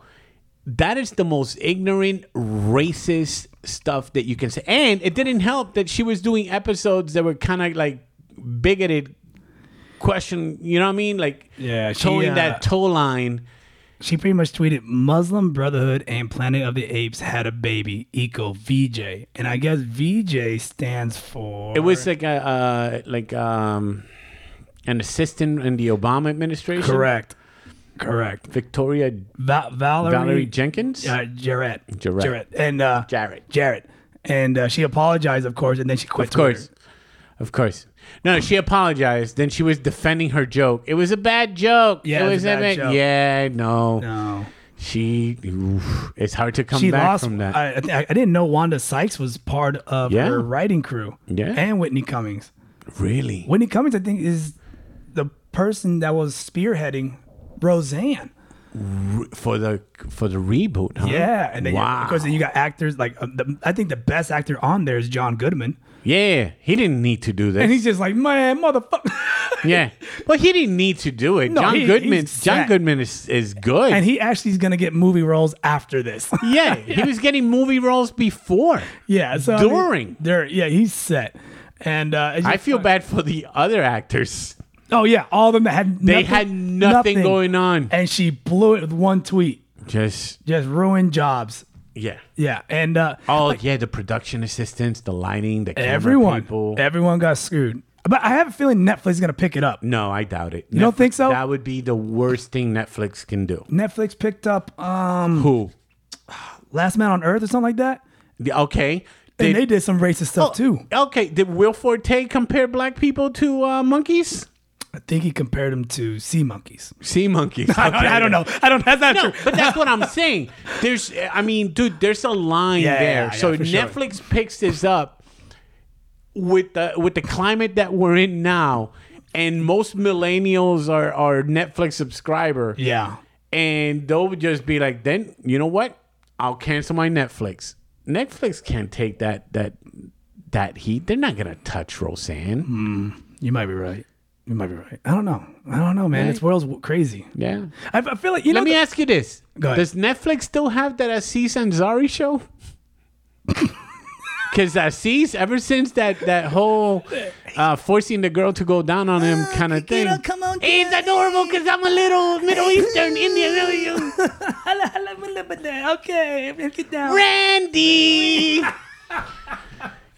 Speaker 2: That is the most ignorant, racist stuff that you can say. And it didn't help that she was doing episodes that were kind of like bigoted question. You know what I mean? Like
Speaker 1: Yeah, she,
Speaker 2: towing
Speaker 1: uh,
Speaker 2: that toe line.
Speaker 1: She pretty much tweeted Muslim Brotherhood and Planet of the Apes had a baby, Eco VJ. And I guess VJ stands for
Speaker 2: It was like a uh, like um, an assistant in the Obama administration.
Speaker 1: correct. Correct.
Speaker 2: Victoria
Speaker 1: Va- Valerie,
Speaker 2: Valerie Jenkins.
Speaker 1: uh, Jarrett.
Speaker 2: Jarrett.
Speaker 1: And uh,
Speaker 2: Jarrett.
Speaker 1: Jarrett. And uh, she apologized, of course, and then she quit.
Speaker 2: Of course. Of course. No, she apologized. Then she was defending her joke. It was a bad joke.
Speaker 1: Yeah, it was a bad
Speaker 2: bad-
Speaker 1: joke.
Speaker 2: Yeah, no.
Speaker 1: No.
Speaker 2: She. oof, it's hard to come
Speaker 1: She
Speaker 2: back
Speaker 1: lost.
Speaker 2: from that.
Speaker 1: I, I, I didn't know Wanda Sykes was part of
Speaker 2: Yeah.
Speaker 1: her writing crew.
Speaker 2: Yeah.
Speaker 1: And Whitney Cummings.
Speaker 2: really?
Speaker 1: Whitney Cummings, I think, is the person that was spearheading Roseanne.
Speaker 2: For the for the reboot? Huh?
Speaker 1: Yeah, and then
Speaker 2: wow.
Speaker 1: you, of course, then you got actors like uh, the, I think the best actor on there is John Goodman,
Speaker 2: yeah, he didn't need to do
Speaker 1: and
Speaker 2: this.
Speaker 1: he's just like man, motherfucker.
Speaker 2: yeah, well, he didn't need to do it.
Speaker 1: No,
Speaker 2: John
Speaker 1: he-
Speaker 2: Goodman.
Speaker 1: he's
Speaker 2: John
Speaker 1: set.
Speaker 2: Goodman is is good.
Speaker 1: and he actually is gonna get movie roles after this.
Speaker 2: yeah, he was getting movie roles before.
Speaker 1: yeah, so I mean,
Speaker 2: During.
Speaker 1: there, yeah, he's set. And uh, it's
Speaker 2: I
Speaker 1: just-
Speaker 2: feel bad for the other actors.
Speaker 1: Oh yeah, all of them had
Speaker 2: They had nothing going on.
Speaker 1: and she blew it with one tweet,
Speaker 2: Just
Speaker 1: just ruined jobs.
Speaker 2: yeah.
Speaker 1: Yeah, and uh,
Speaker 2: Oh yeah, the production assistants, the lighting, the camera
Speaker 1: everyone, E-
Speaker 2: people.
Speaker 1: everyone got screwed. But I have a feeling Netflix is gonna pick it up.
Speaker 2: no, I doubt it.
Speaker 1: You don't think so?
Speaker 2: That would be the worst thing Netflix can do.
Speaker 1: Netflix picked up um,
Speaker 2: Who?
Speaker 1: Last Man on Earth or something like that.
Speaker 2: The- Okay.
Speaker 1: And
Speaker 2: Did,
Speaker 1: they did some racist
Speaker 2: Oh.
Speaker 1: stuff too.
Speaker 2: okay. Did Will Forte compare black people to uh, monkeys?
Speaker 1: I think he compared them to sea monkeys.
Speaker 2: Sea monkeys.
Speaker 1: I, don't, I don't know. I don't. That's not
Speaker 2: No,
Speaker 1: true.
Speaker 2: but that's what I'm saying. There's, I mean, dude, there's a line
Speaker 1: Yeah,
Speaker 2: there.
Speaker 1: yeah, yeah,
Speaker 2: so
Speaker 1: for sure.
Speaker 2: Netflix picks this up with the with the climate that we're in now, and most millennials are are Netflix subscriber.
Speaker 1: Yeah.
Speaker 2: and they'll just be like, then you know what? I'll cancel my Netflix. Netflix can't take that that that heat. They're not gonna touch Roseanne.
Speaker 1: Mm-hmm. You might be right. You might be right. I don't know. I don't know, man. This world's w- crazy.
Speaker 2: Yeah.
Speaker 1: I, I feel like you
Speaker 2: Let
Speaker 1: know.
Speaker 2: me ask you this:
Speaker 1: Go ahead.
Speaker 2: Does Netflix still have that Aziz Ansari show? Because Aziz, ever since that that whole uh, forcing the girl to go down on him kind of thing,
Speaker 1: Kikito, Ah, come on,
Speaker 2: it's adorable because I'm a little Middle Eastern Indian.
Speaker 1: the, okay, get down.
Speaker 2: Randy.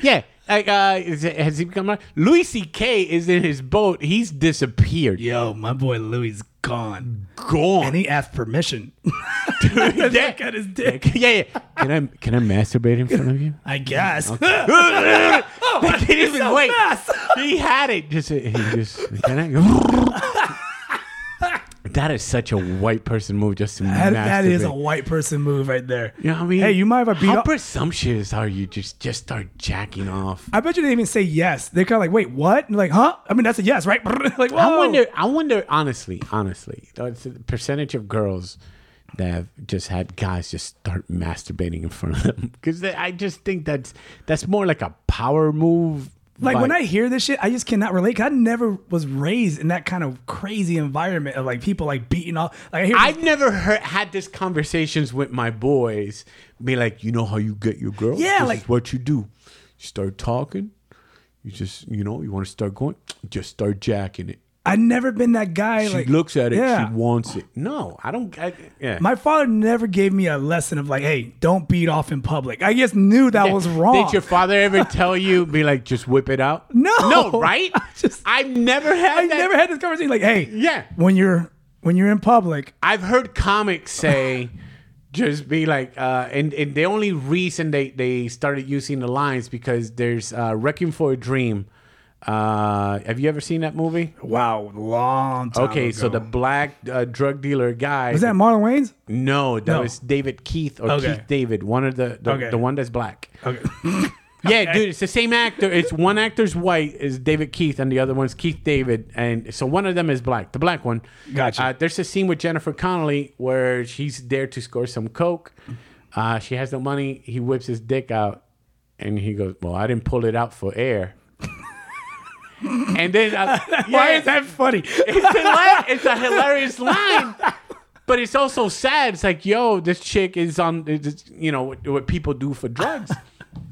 Speaker 2: yeah. Like, uh, is it, has he become a. Louis C.K. is in his boat. He's disappeared.
Speaker 1: Yo, my boy Louis is gone, and
Speaker 2: Gone.
Speaker 1: he asked permission.
Speaker 2: yeah.
Speaker 1: Got his dick.
Speaker 2: yeah, yeah. Can I can I masturbate in front of you?
Speaker 1: I guess.
Speaker 2: oh, I can't even
Speaker 1: so
Speaker 2: wait.
Speaker 1: fast.
Speaker 2: He had it. Just he just can I- That is such a white person move. Just to
Speaker 1: That, that is a
Speaker 2: masturbate.
Speaker 1: white person move right there.
Speaker 2: You know what I mean?
Speaker 1: Hey, you might have a beat
Speaker 2: How
Speaker 1: up-
Speaker 2: presumptuous are you? Just just start jacking off.
Speaker 1: I bet you they didn't even say yes. They're kind of like, wait, what? And like, huh? I mean, that's a yes, right? like,
Speaker 2: I
Speaker 1: whoa.
Speaker 2: wonder. I wonder. Honestly, honestly, that's the percentage of girls that have just had guys just start masturbating in front of them because I just think that's that's more like a power move.
Speaker 1: Like
Speaker 2: by-
Speaker 1: when I hear this shit, I just cannot relate. 'cause I never was raised in that kind of crazy environment of like people like beating off. Like I hear,
Speaker 2: I've never heard, had this conversations with my boys. Be like, you know how you get your girl?
Speaker 1: Yeah,
Speaker 2: this
Speaker 1: like-
Speaker 2: is what you do. You start talking. You just, you know, you want to start going. Just start jacking it.
Speaker 1: I never been that guy.
Speaker 2: She
Speaker 1: like
Speaker 2: looks at it.
Speaker 1: yeah.
Speaker 2: She wants it. No, I don't. I, yeah.
Speaker 1: My father never gave me a lesson of like, hey, don't beat off in public. I just knew that
Speaker 2: Yeah.
Speaker 1: was wrong.
Speaker 2: Did your father ever tell you, be like, just whip it out?
Speaker 1: No.
Speaker 2: No, right?
Speaker 1: I just-
Speaker 2: I've never had
Speaker 1: I
Speaker 2: that.
Speaker 1: never had this conversation. Like, hey,
Speaker 2: Yeah.
Speaker 1: when you're when you're in public,
Speaker 2: I've heard comics say, just be like, uh, and, and the only reason they, they started using the lines because there's uh, Wrecking for a Dream. Uh, have you ever seen that movie?
Speaker 1: wow, long time.
Speaker 2: Okay, so
Speaker 1: ago.
Speaker 2: the black uh, drug dealer guy.
Speaker 1: was that Marlon Wayne's?
Speaker 2: No, that
Speaker 1: No.
Speaker 2: was David Keith or
Speaker 1: Okay.
Speaker 2: Keith David, one of the the,
Speaker 1: Okay.
Speaker 2: the one that's black.
Speaker 1: Okay,
Speaker 2: Yeah, dude, it's the same actor. It's one actor's white is David Keith, and the other one's Keith David, and so one of them is black, the black one.
Speaker 1: Gotcha.
Speaker 2: Uh, there's a scene with Jennifer Connelly where she's there to score some coke. Uh, she has no money. He whips his dick out, and he goes, "Well, I didn't pull it out for air." And then I,
Speaker 1: Why
Speaker 2: yeah,
Speaker 1: is that funny?
Speaker 2: It's, hila- it's a hilarious line, but it's also sad. It's like, yo, this chick is on, it's just, you know, what, what people do for drugs.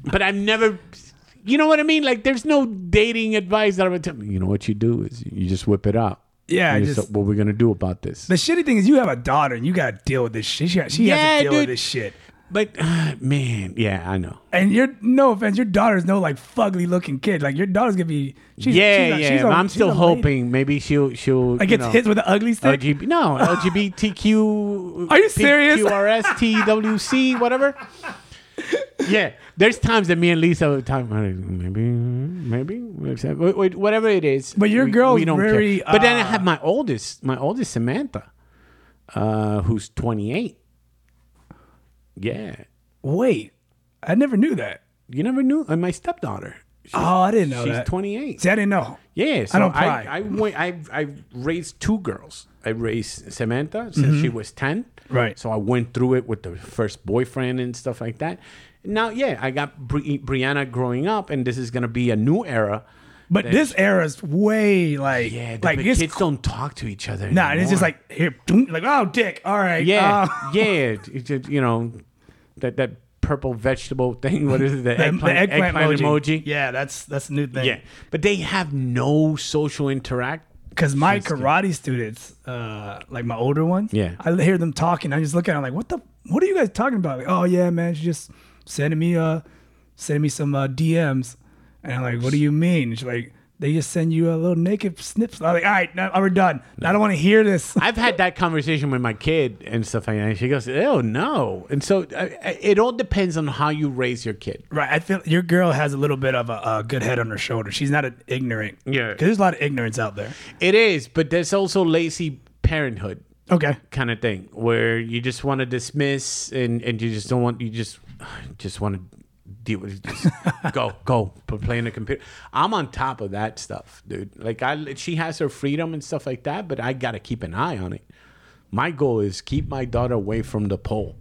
Speaker 2: But I've never, you know what I mean? Like, there's no dating advice that I would tell me. You know what you do is you just whip it out.
Speaker 1: Yeah,
Speaker 2: You
Speaker 1: just-
Speaker 2: say, what we're gonna do about this?
Speaker 1: The shitty thing is, you have a daughter and you got to deal with this shit. She, she has
Speaker 2: Yeah,
Speaker 1: to deal with
Speaker 2: dude.
Speaker 1: this shit.
Speaker 2: But uh, man, yeah, I know.
Speaker 1: And your no offense, your daughter's no like fugly looking kid. Like your daughter's gonna be. She's,
Speaker 2: yeah,
Speaker 1: she's a-
Speaker 2: yeah.
Speaker 1: she's a-
Speaker 2: but I'm
Speaker 1: she's
Speaker 2: still
Speaker 1: a lady.
Speaker 2: hoping maybe she'll she'll
Speaker 1: Like gets
Speaker 2: you know,
Speaker 1: hit with an ugly stick.
Speaker 2: LGB, no, LGBTQ.
Speaker 1: Are you serious?
Speaker 2: QRSTWC, whatever. Yeah, there's times that me and Lisa would talk about it. Maybe, maybe, wait, wait, whatever it is.
Speaker 1: But your
Speaker 2: we-
Speaker 1: girl's
Speaker 2: we don't care.
Speaker 1: very,
Speaker 2: But then I
Speaker 1: uh,
Speaker 2: have my oldest, my oldest Samantha, uh, who's 28. Yeah,
Speaker 1: Wait, I never knew that.
Speaker 2: you never knew. And my stepdaughter, she's,
Speaker 1: Oh, I didn't know
Speaker 2: she's
Speaker 1: that.
Speaker 2: 28.
Speaker 1: See, I didn't know.
Speaker 2: Yeah, so
Speaker 1: don't
Speaker 2: I
Speaker 1: pry.
Speaker 2: I, went- I, I raised two girls. I raised Samantha since she was ten.
Speaker 1: Mm-hmm. Right.
Speaker 2: So I went through it with the first boyfriend and stuff like that. Now, yeah, I got Bri- Brianna growing up, and this is gonna be a new era.
Speaker 1: But this era's way like
Speaker 2: Yeah, the
Speaker 1: like
Speaker 2: big
Speaker 1: it's
Speaker 2: kids don't talk to each other.
Speaker 1: nah. and It's just
Speaker 2: anymore.
Speaker 1: like here, boom, like oh, dick. All right.
Speaker 2: yeah,
Speaker 1: uh,
Speaker 2: yeah, it- it- it- you know that that purple vegetable thing. What is it? The
Speaker 1: the-
Speaker 2: eggplant,
Speaker 1: the eggplant,
Speaker 2: eggplant
Speaker 1: emoji.
Speaker 2: emoji.
Speaker 1: Yeah, that's that's a new thing.
Speaker 2: yeah, but they have no social interact.
Speaker 1: Because my karate students, uh, like my older ones,
Speaker 2: Yeah.
Speaker 1: I hear them talking. I just look at them like, what the, what are you guys talking about? Like, oh yeah, man, she just sending me, uh, sending me some uh, DMs, and I'm like, what do you mean? She's like, they just send you a little naked snips. I'm like, all right, now we're done. I don't want to hear this.
Speaker 2: I've had that conversation with my kid and stuff like that. And she goes, "Oh no!" And so I, I- it all depends on how you raise your kid.
Speaker 1: Right, I feel your girl has a little bit of a, a good head on her shoulder. She's not an ignorant.
Speaker 2: Yeah.
Speaker 1: 'Cause there's a lot of ignorance out there.
Speaker 2: It is, but there's also lazy parenthood
Speaker 1: Okay.
Speaker 2: kind of thing where you just want to dismiss and and you just don't want you just just want to deal with it. Just go go p- play in the computer. I'm on top of that stuff, dude. Like I, she has her freedom and stuff like that, but I gotta keep an eye on it. My goal is keep my daughter away from the pole.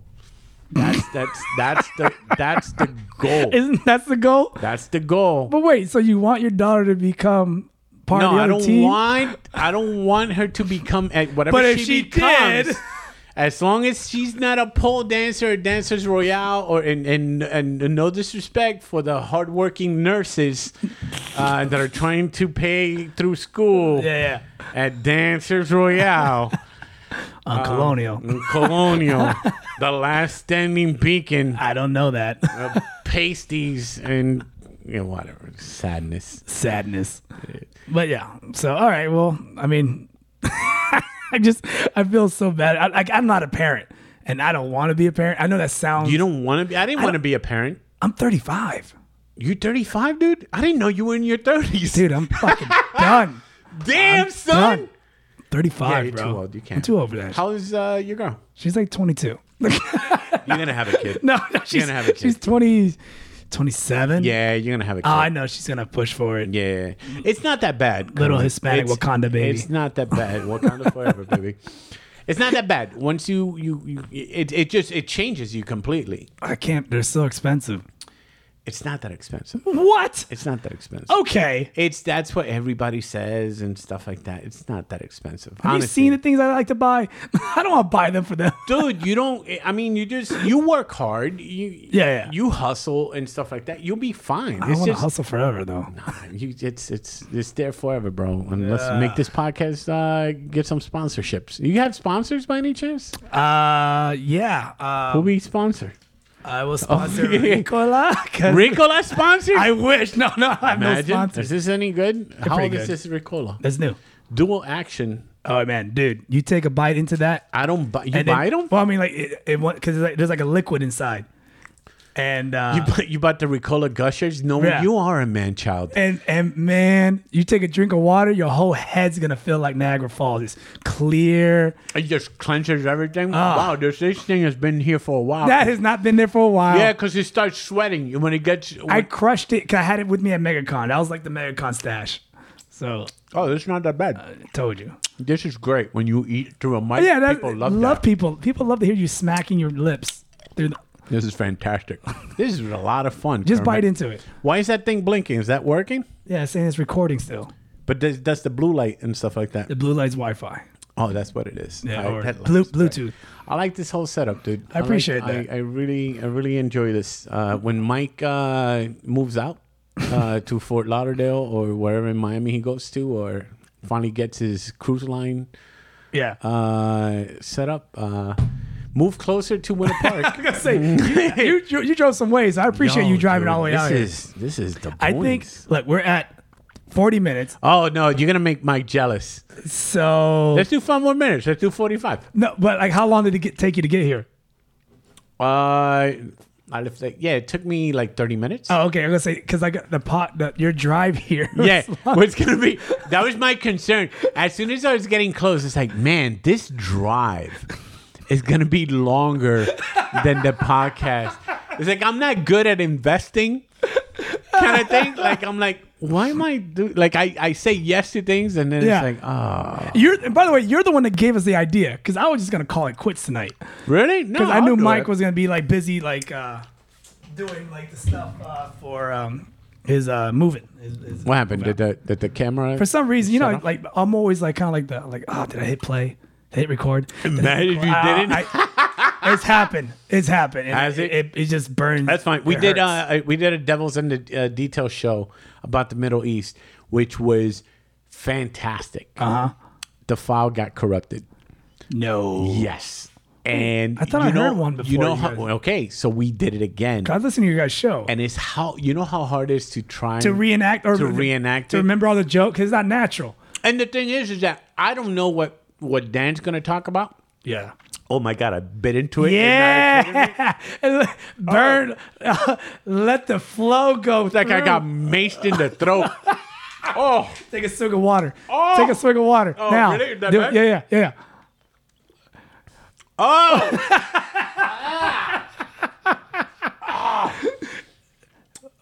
Speaker 2: That's that's that's the that's the goal.
Speaker 1: Isn't that's the goal?
Speaker 2: That's the goal.
Speaker 1: But wait, so you want your daughter to become part of
Speaker 2: No,
Speaker 1: the
Speaker 2: I
Speaker 1: other
Speaker 2: don't
Speaker 1: team?
Speaker 2: want. I don't want her to become at whatever.
Speaker 1: But if
Speaker 2: she,
Speaker 1: she
Speaker 2: becomes,
Speaker 1: did-
Speaker 2: as long as she's not a pole dancer, or dancers royale, or and and and no disrespect for the hardworking nurses uh, that are trying to pay through school
Speaker 1: yeah,
Speaker 2: at dancers royale,
Speaker 1: yeah.
Speaker 2: Um,
Speaker 1: On Colonial.
Speaker 2: colonial, the last standing beacon,
Speaker 1: I don't know that.
Speaker 2: of pasties and you know, whatever sadness.
Speaker 1: Sadness. But yeah. So all right. Well, I mean, I just I feel so bad. I, like I'm not a parent, and I don't want to be a parent. I know that sounds.
Speaker 2: You don't want to be. I didn't want to be a parent.
Speaker 1: I'm 35,
Speaker 2: You 35, dude? I didn't know you were in your 30s.
Speaker 1: dude. I'm fucking done.
Speaker 2: Damn, son.
Speaker 1: Done. 35,
Speaker 2: Yeah, you're
Speaker 1: bro.
Speaker 2: too old. You can't.
Speaker 1: I'm too old for that.
Speaker 2: How is uh, your girl?
Speaker 1: she's like 22.
Speaker 2: You're gonna have a kid.
Speaker 1: no, no, she's
Speaker 2: gonna have a kid.
Speaker 1: she's 20, 27.
Speaker 2: Yeah, you're gonna have a kid.
Speaker 1: Oh, I know she's gonna push for it.
Speaker 2: yeah, it's not that bad.
Speaker 1: Little
Speaker 2: Colin.
Speaker 1: Hispanic
Speaker 2: It's-
Speaker 1: Wakanda baby.
Speaker 2: It's not that bad. Wakanda forever, baby. It's not that bad. Once you you, you it, it just it changes you completely.
Speaker 1: I can't. They're so expensive.
Speaker 2: It's not that expensive.
Speaker 1: What?
Speaker 2: It's not that expensive.
Speaker 1: Oh. Okay.
Speaker 2: It's that's what everybody says and stuff like that. It's not that expensive.
Speaker 1: Have you
Speaker 2: honestly.
Speaker 1: seen the things I like to buy? I don't want to buy them for them.
Speaker 2: dude you don't i mean you just you work hard you
Speaker 1: Yeah, yeah.
Speaker 2: you hustle and stuff like that you'll be fine
Speaker 1: I
Speaker 2: it's
Speaker 1: want to
Speaker 2: just
Speaker 1: hustle forever though.
Speaker 2: you, it's it's it's there forever bro and let's make this podcast uh get some sponsorships you have sponsors by any chance
Speaker 1: Uh, yeah. Uh,
Speaker 2: who we sponsor
Speaker 1: I will sponsor
Speaker 2: yeah.
Speaker 1: Ricola. 'cause
Speaker 2: ricola sponsor
Speaker 1: I wish. No, no, I have no
Speaker 2: imagine
Speaker 1: sponsors.
Speaker 2: is this any good how
Speaker 1: pretty
Speaker 2: old is
Speaker 1: good.
Speaker 2: this ricola
Speaker 1: That's new.
Speaker 2: dual action
Speaker 1: Oh man, dude, you take a bite into that.
Speaker 2: i don't buy you
Speaker 1: and then-
Speaker 2: buy them
Speaker 1: Well, I mean, like it, it because like, there's like a liquid inside, and uh,
Speaker 2: you, bu- you bought the ricola gushers no
Speaker 1: Yeah.
Speaker 2: you are a man child
Speaker 1: and and man, you take a drink of water, your whole head's gonna feel like Niagara Falls. It's clear.
Speaker 2: it just cleanses everything wow this, this thing has been here for a while
Speaker 1: Ah. That has not been there for a while.
Speaker 2: Yeah, because it starts sweating when it gets.
Speaker 1: I crushed it 'cause I had it with me at MegaCon. That was like the MegaCon stash. So
Speaker 2: oh, it's not that bad.
Speaker 1: I told you.
Speaker 2: This is great when you eat through a mic.
Speaker 1: Oh, Yeah, that,
Speaker 2: people love,
Speaker 1: love
Speaker 2: that.
Speaker 1: people. People love to hear you smacking your lips through the
Speaker 2: This is fantastic. This is a lot of fun.
Speaker 1: Just
Speaker 2: Kermit.
Speaker 1: bite into it.
Speaker 2: Why is that thing blinking? Is that working?
Speaker 1: Yeah, it's saying it's recording still.
Speaker 2: But does, that's the blue light and stuff like that.
Speaker 1: The blue light's Wi-Fi.
Speaker 2: Oh, that's what it is.
Speaker 1: Yeah,
Speaker 2: I,
Speaker 1: or
Speaker 2: that
Speaker 1: Blu-
Speaker 2: light's bright.
Speaker 1: Bluetooth.
Speaker 2: I like this whole setup, dude.
Speaker 1: I appreciate
Speaker 2: like,
Speaker 1: that.
Speaker 2: I, I really, I really enjoy this. Uh, when Mike uh, moves out uh, to Fort Lauderdale or wherever in Miami he goes to, or finally gets his cruise line
Speaker 1: Yeah.
Speaker 2: uh, set up, uh, move closer to Winter Park.
Speaker 1: I gotta say, you, you, dro- you drove some ways. I appreciate
Speaker 2: Yo,
Speaker 1: you driving
Speaker 2: dude,
Speaker 1: all the way
Speaker 2: this
Speaker 1: out here.
Speaker 2: is, This is the.
Speaker 1: I think,
Speaker 2: boonies.
Speaker 1: look, we're at 40 minutes.
Speaker 2: Oh no, you're gonna make Mike jealous.
Speaker 1: So,
Speaker 2: Let's do five more minutes. Let's do 45.
Speaker 1: no, but like, how long did it get, take you to get here?
Speaker 2: Uh, I left. Like, yeah, it took me like 30 minutes.
Speaker 1: Oh, okay. I'm gonna say because I got the pot. The, your drive here. was
Speaker 2: Yeah,
Speaker 1: long.
Speaker 2: what's gonna be? That was my concern. As soon as I was getting close, it's like, man, this drive is gonna be longer than the podcast. It's like I'm not good at investing, kind of thing. Like I'm like, why am I do? Like I, I say yes to things, and then
Speaker 1: Yeah.
Speaker 2: it's like, oh,
Speaker 1: You're. And by the way, you're the one that gave us the idea because I was just gonna call it quits tonight
Speaker 2: really? No,
Speaker 1: because I
Speaker 2: Oh, I'll
Speaker 1: knew
Speaker 2: do
Speaker 1: Mike
Speaker 2: it.
Speaker 1: was gonna be like busy, like uh, doing like the stuff uh, for um, his uh, moving. His, his,
Speaker 2: What happened? Did the did the camera?
Speaker 1: for some reason, you know,
Speaker 2: off?
Speaker 1: like I'm always like kind of like the like, oh, did I hit play? Did I hit record? Did I
Speaker 2: Imagine if
Speaker 1: record?
Speaker 2: you
Speaker 1: Ah,
Speaker 2: didn't.
Speaker 1: I- it's happened. It's happened. And
Speaker 2: Has
Speaker 1: it,
Speaker 2: it?
Speaker 1: it? It just burns.
Speaker 2: That's fine. We
Speaker 1: It
Speaker 2: did.
Speaker 1: hurts.
Speaker 2: Uh, I- we did a Devils in the uh, Detail show about the Middle East, which was fantastic.
Speaker 1: Uh-huh.
Speaker 2: Uh huh. The file got corrupted.
Speaker 1: no.
Speaker 2: Yes. And
Speaker 1: I thought
Speaker 2: you
Speaker 1: I
Speaker 2: know,
Speaker 1: heard one
Speaker 2: You
Speaker 1: before
Speaker 2: know
Speaker 1: you
Speaker 2: how?
Speaker 1: guys-
Speaker 2: well, Okay, so we did it again,
Speaker 1: I listen to your guys' show.
Speaker 2: and it's how you know how hard it is to try
Speaker 1: to
Speaker 2: and-
Speaker 1: reenact or
Speaker 2: to reenact
Speaker 1: to
Speaker 2: it.
Speaker 1: remember all the jokes because it's not natural.
Speaker 2: And the thing is, is that I don't know what what Dan's going to talk about.
Speaker 1: Yeah.
Speaker 2: Oh my god, I bit into it. and I-
Speaker 1: Yeah.
Speaker 2: Oh.
Speaker 1: Burn. let the flow go.
Speaker 2: like I got maced in the throat. oh.
Speaker 1: Take a swig of water.
Speaker 2: Oh.
Speaker 1: Take a swig of water.
Speaker 2: Oh,
Speaker 1: now.
Speaker 2: really? That
Speaker 1: Do-
Speaker 2: bad?
Speaker 1: yeah, yeah, yeah.
Speaker 2: Oh.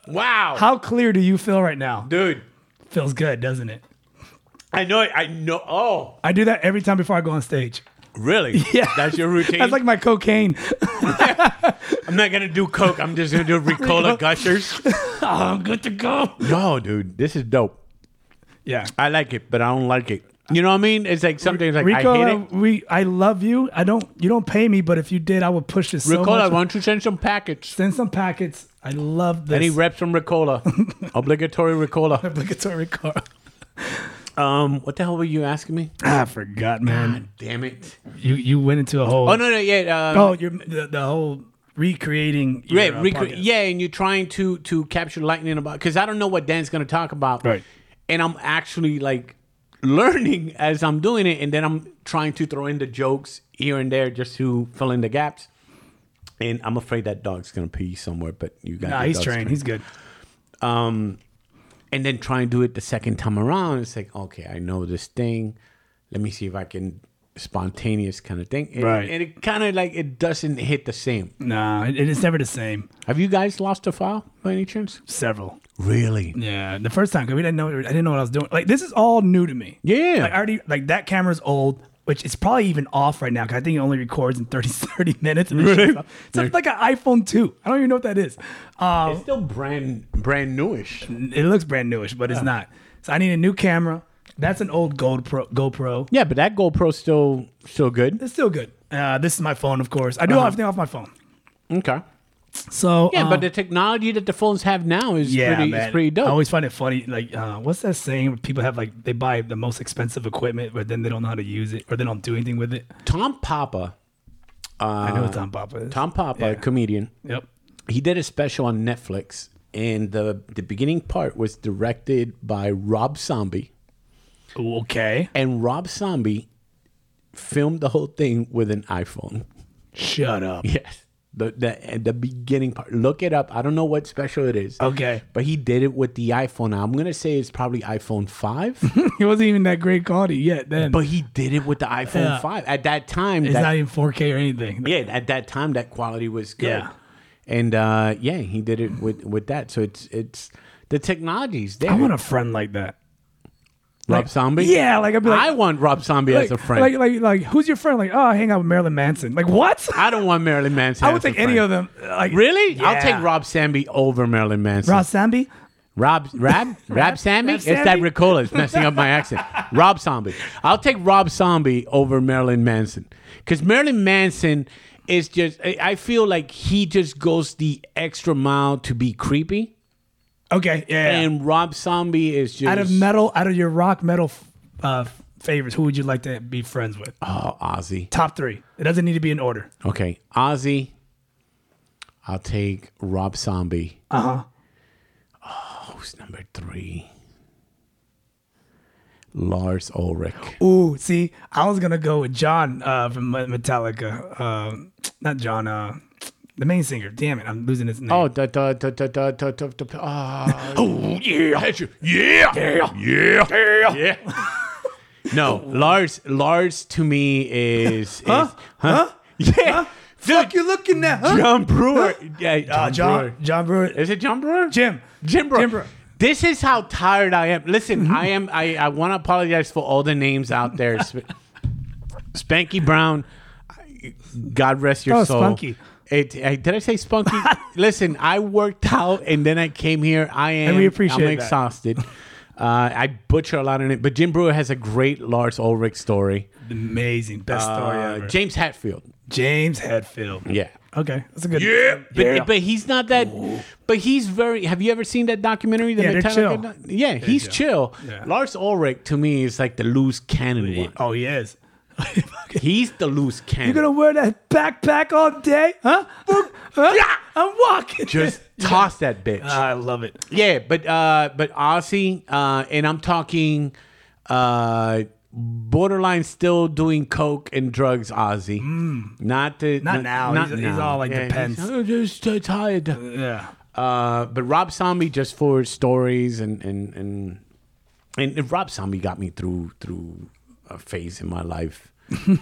Speaker 2: wow.
Speaker 1: How clear do you feel right now?
Speaker 2: Dude,
Speaker 1: Feels good, doesn't it?
Speaker 2: I know it. I know. Oh,
Speaker 1: I do that every time before I go on stage.
Speaker 2: really?
Speaker 1: Yeah.
Speaker 2: That's your routine?
Speaker 1: That's like my cocaine.
Speaker 2: I'm not going to do Coke. I'm just going to do Ricola Gushers.
Speaker 1: oh, I'm good to go.
Speaker 2: No, dude. This is dope.
Speaker 1: Yeah.
Speaker 2: I like it, but I don't like it. You know what I mean? It's like something like
Speaker 1: Rico,
Speaker 2: I hate
Speaker 1: I
Speaker 2: it.
Speaker 1: we I love you. I don't you don't pay me, but if you did, I would push this so
Speaker 2: Ricola,
Speaker 1: much.
Speaker 2: why don't you send some packets?
Speaker 1: Send some packets. I love this.
Speaker 2: Any reps from Ricola? Obligatory Ricola.
Speaker 1: obligatory car.
Speaker 2: Um, what the hell were you asking me?
Speaker 1: I forgot, man.
Speaker 2: Damn it.
Speaker 1: You you went into a whole
Speaker 2: Oh, no, no, yeah. Um,
Speaker 1: oh your the, the whole recreating your,
Speaker 2: Right,
Speaker 1: uh,
Speaker 2: recre-
Speaker 1: podcast.
Speaker 2: yeah, and you're trying to to capture lightning about because I don't know what Dan's going to talk about,
Speaker 1: Right.
Speaker 2: And I'm actually like learning as I'm doing it, and then I'm trying to throw in the jokes here and there just to fill in the gaps. And I'm afraid that dog's going to pee somewhere, but you got
Speaker 1: Nah,
Speaker 2: the
Speaker 1: he's
Speaker 2: dog's
Speaker 1: trained. He's good.
Speaker 2: um, and then try and do it the second time around. It's like, okay, I know this thing. Let me see if I can spontaneous kind of thing. And,
Speaker 1: Right.
Speaker 2: and it kind of like it doesn't hit the same.
Speaker 1: Nah, it, it's never the same.
Speaker 2: Have you guys lost a file by any chance?
Speaker 1: Several.
Speaker 2: Really?
Speaker 1: Yeah, the first time 'cause we didn't know I didn't know what I was doing. Like this is all new to me.
Speaker 2: Yeah.
Speaker 1: like I already like that camera's old, which it's probably even off right now because I think it only records in 30, 30 minutes. And it shuts off. It's like- like an iPhone two. I don't even know what that is. Um,
Speaker 2: It's still brand brand newish.
Speaker 1: it looks brand newish, but it's not. So I need a new camera. That's an old Gold Pro, GoPro.
Speaker 2: Yeah, but that GoPro's still still good.
Speaker 1: It's still good. Uh, this is my phone, of course. I do
Speaker 2: Uh-huh.
Speaker 1: everything off my phone.
Speaker 2: Okay.
Speaker 1: So
Speaker 2: Yeah,
Speaker 1: um,
Speaker 2: but the technology that the phones have now is
Speaker 1: yeah,
Speaker 2: pretty
Speaker 1: man.
Speaker 2: is pretty dope.
Speaker 1: I always find it funny. Like, uh, what's that saying? Where people have like they buy the most expensive equipment, but then they don't know how to use it, or they don't do anything with it.
Speaker 2: Tom Papa,
Speaker 1: I know it's on Papa. is.
Speaker 2: Uh, Tom Papa,
Speaker 1: Yeah.
Speaker 2: comedian,
Speaker 1: Yep.
Speaker 2: he did a special on Netflix, and the the beginning part was directed by Rob Zombie,
Speaker 1: Ooh, Okay.
Speaker 2: and Rob Zombie filmed the whole thing with an iPhone.
Speaker 1: Shut up.
Speaker 2: Yes. The, the the beginning part. Look it up. I don't know what special it is.
Speaker 1: Okay.
Speaker 2: But he did it with the iPhone. I'm gonna say it's probably iPhone five.
Speaker 1: It wasn't even that great quality yet then.
Speaker 2: but he did it with the iPhone
Speaker 1: Yeah.
Speaker 2: five. At that time,
Speaker 1: it's
Speaker 2: that,
Speaker 1: not even 4K or anything.
Speaker 2: yeah, at that time that quality was good.
Speaker 1: Yeah.
Speaker 2: And uh, yeah, he did it with with that. So it's it's the technologies there.
Speaker 1: I want a friend like that.
Speaker 2: Rob Zombie?
Speaker 1: Yeah, like I'd be
Speaker 2: I
Speaker 1: like,
Speaker 2: want Rob Zombie
Speaker 1: like,
Speaker 2: as a friend.
Speaker 1: like, like, like, who's your friend? Like, oh, I hang out with Marilyn Manson. Like, what?
Speaker 2: I don't want Marilyn Manson.
Speaker 1: I would
Speaker 2: as a
Speaker 1: take any
Speaker 2: friend.
Speaker 1: of them. Like,
Speaker 2: Really? I'll
Speaker 1: Yeah.
Speaker 2: take Rob Zombie over Marilyn Manson.
Speaker 1: Rob Zombie?
Speaker 2: Rob, Rab, Rab Zombie?
Speaker 1: Rab
Speaker 2: It's that
Speaker 1: Zombie?
Speaker 2: Ricola. It's messing up my accent. Rob Zombie. I'll take Rob Zombie over Marilyn Manson. Because Marilyn Manson is just, I I feel like he just goes the extra mile to be creepy.
Speaker 1: Okay, yeah.
Speaker 2: And Rob Zombie is just.
Speaker 1: out of metal, out of your rock metal uh, favorites, who would you like to be friends with?
Speaker 2: oh, Ozzy.
Speaker 1: Top three. It doesn't need to be in order.
Speaker 2: Okay. Ozzy. I'll take Rob Zombie.
Speaker 1: Uh huh.
Speaker 2: Oh, who's number three? Lars Ulrich.
Speaker 1: Ooh, see, I was gonna go with John uh, from Me- Metallica. Um, not John, uh, the main singer. Damn it, I'm losing his name.
Speaker 2: Oh, da, da, da, da, da, da, da, da, ah.
Speaker 1: oh yeah,
Speaker 2: yeah, yeah, yeah, yeah. no, Lars, Lars to me is, is huh? huh? Yeah,
Speaker 1: fuck you looking at? Huh?
Speaker 2: John Brewer. Yeah,
Speaker 1: Uh,
Speaker 2: John,
Speaker 1: John, John
Speaker 2: Brewer.
Speaker 1: Brewer. uh,
Speaker 2: Is it John Brewer?
Speaker 1: Jim.
Speaker 2: Jim Brewer.
Speaker 1: Jim Mm-hmm. Brewer.
Speaker 2: This is how tired I am. Listen, I am. I, I want to apologize for all the names out there. Sp- Spanky Brown. God rest your
Speaker 1: Oh,
Speaker 2: soul.
Speaker 1: Spunky.
Speaker 2: It, I, did I say spunky? Listen, I worked out and then I came here. I am.
Speaker 1: we appreciate
Speaker 2: I'm
Speaker 1: that.
Speaker 2: exhausted. Uh, I butcher a lot in it, but Jim Brewer has a great Lars Ulrich story.
Speaker 1: Amazing, best story
Speaker 2: Uh,
Speaker 1: ever.
Speaker 2: James Hatfield.
Speaker 1: James Hadfield.
Speaker 2: Yeah.
Speaker 1: Okay, that's a good.
Speaker 2: But, but he's not that. But he's very. Have you ever seen that documentary? The
Speaker 1: Yeah, they're
Speaker 2: Metallica
Speaker 1: chill.
Speaker 2: doc- yeah, he's chill.
Speaker 1: Yeah.
Speaker 2: Lars Ulrich to me is like the loose cannon one.
Speaker 1: oh, he is.
Speaker 2: He's the loose cannon.
Speaker 1: You gonna wear that backpack all day, huh? Huh? I'm walking. Ah,
Speaker 2: just toss that bitch.
Speaker 1: I love it.
Speaker 2: yeah, but uh, but Ozzy, uh, and I'm talking, uh, borderline still doing coke and drugs. Ozzy, not the
Speaker 1: Mm. Not now. He's- he's all, like, depends.
Speaker 2: he's, I'm just uh, tired.
Speaker 1: Yeah.
Speaker 2: Uh, but Rob Zombie just for stories and and and and, and Rob Zombie got me through through a phase in my life. Um,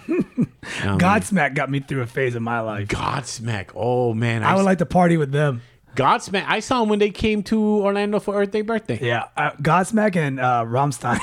Speaker 1: Godsmack got me through a phase of my life.
Speaker 2: Godsmack. Oh man, I,
Speaker 1: I would
Speaker 2: like
Speaker 1: like to party with them.
Speaker 2: Godsmack. I saw him when they came to Orlando for Earth Day birthday.
Speaker 1: Yeah, uh, Godsmack and uh, Rammstein.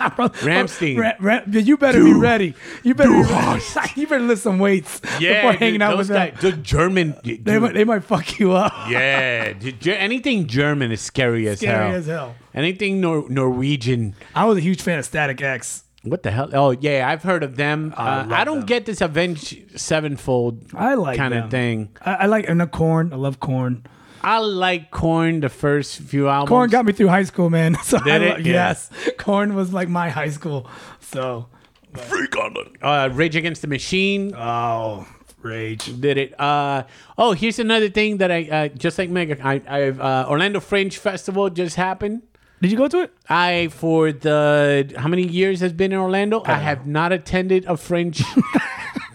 Speaker 2: Rammstein.
Speaker 1: Ra- Ra- you better be ready. You better. Be ready. you better lift some weights before
Speaker 2: dude,
Speaker 1: hanging out with
Speaker 2: those
Speaker 1: them.
Speaker 2: guys- the German. dude,
Speaker 1: They might, they might fuck you up.
Speaker 2: yeah, dude, Ger- anything German is scary as
Speaker 1: Scary
Speaker 2: hell.
Speaker 1: as hell.
Speaker 2: Anything Nor- Norwegian.
Speaker 1: I was a huge fan of Static X.
Speaker 2: What the hell? Oh yeah, I've heard of them.
Speaker 1: I
Speaker 2: Uh,
Speaker 1: love
Speaker 2: I don't
Speaker 1: them.
Speaker 2: get this Avenged Sevenfold
Speaker 1: I like
Speaker 2: kind
Speaker 1: them.
Speaker 2: of thing.
Speaker 1: I, I like and the Corn. I love Corn.
Speaker 2: I like Corn the first few albums.
Speaker 1: Corn got me through high school, man. So I
Speaker 2: Did it?
Speaker 1: lo-
Speaker 2: Yeah.
Speaker 1: Yes, Corn was like my high school. So
Speaker 2: freak on the uh, Rage Against the Machine.
Speaker 1: oh, rage.
Speaker 2: Did it? Uh, oh, here's another thing that I uh, just like Mega. I, I've uh, Orlando Fringe Festival just happened.
Speaker 1: Did you go to it?
Speaker 2: I for the how many years has been in Orlando? I have not attended a Fringe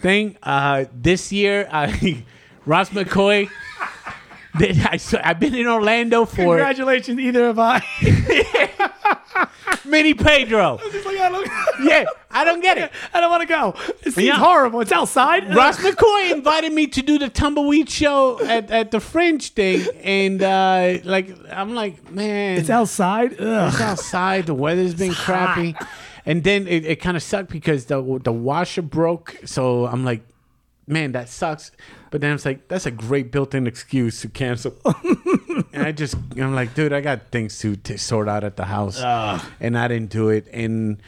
Speaker 2: thing. Uh, this year, I Ross McCoy. did- I, so I've been in Orlando for
Speaker 1: Congratulations, either of I.
Speaker 2: Mini Pedro.
Speaker 1: It's like, I don't-
Speaker 2: Yeah, I don't get it.
Speaker 1: I don't want to go. It seems
Speaker 2: Yeah.
Speaker 1: horrible. It's outside.
Speaker 2: Ross McCoy invited me to do the tumbleweed show at, at the Fringe thing, and uh, like I'm like, man,
Speaker 1: It's outside. Ugh.
Speaker 2: it's outside. The weather's been crappy, and then it, it kind of sucked because the the washer broke. So I'm like, man, that sucks. But then it's like that's a great built-in excuse to cancel. and I just I'm like, dude, I got things to, to sort out at the house, and I didn't do it. And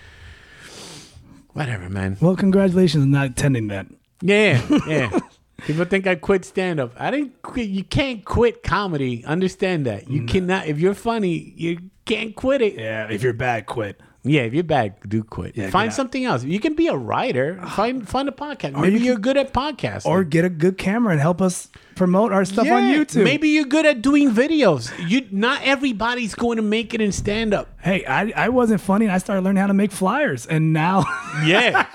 Speaker 2: whatever, man.
Speaker 1: Well, congratulations on not attending that.
Speaker 2: Yeah, yeah. People think I quit stand up. I didn't quit. You can't quit comedy. Understand that. You cannot. If you're funny, you can't quit it. Yeah,
Speaker 1: Yeah, if you're bad, quit.
Speaker 2: if you're bad, do quit.
Speaker 1: get
Speaker 2: find
Speaker 1: out.
Speaker 2: something else. You can be a writer. Find find a podcast. Maybe
Speaker 1: you
Speaker 2: you are good at podcasts.
Speaker 1: Or get a good camera and help us promote our stuff on YouTube.
Speaker 2: Maybe you're good at doing videos. You not everybody's going to make it in stand up.
Speaker 1: Hey, I, I wasn't funny and I started learning how to make flyers and now
Speaker 2: Yeah.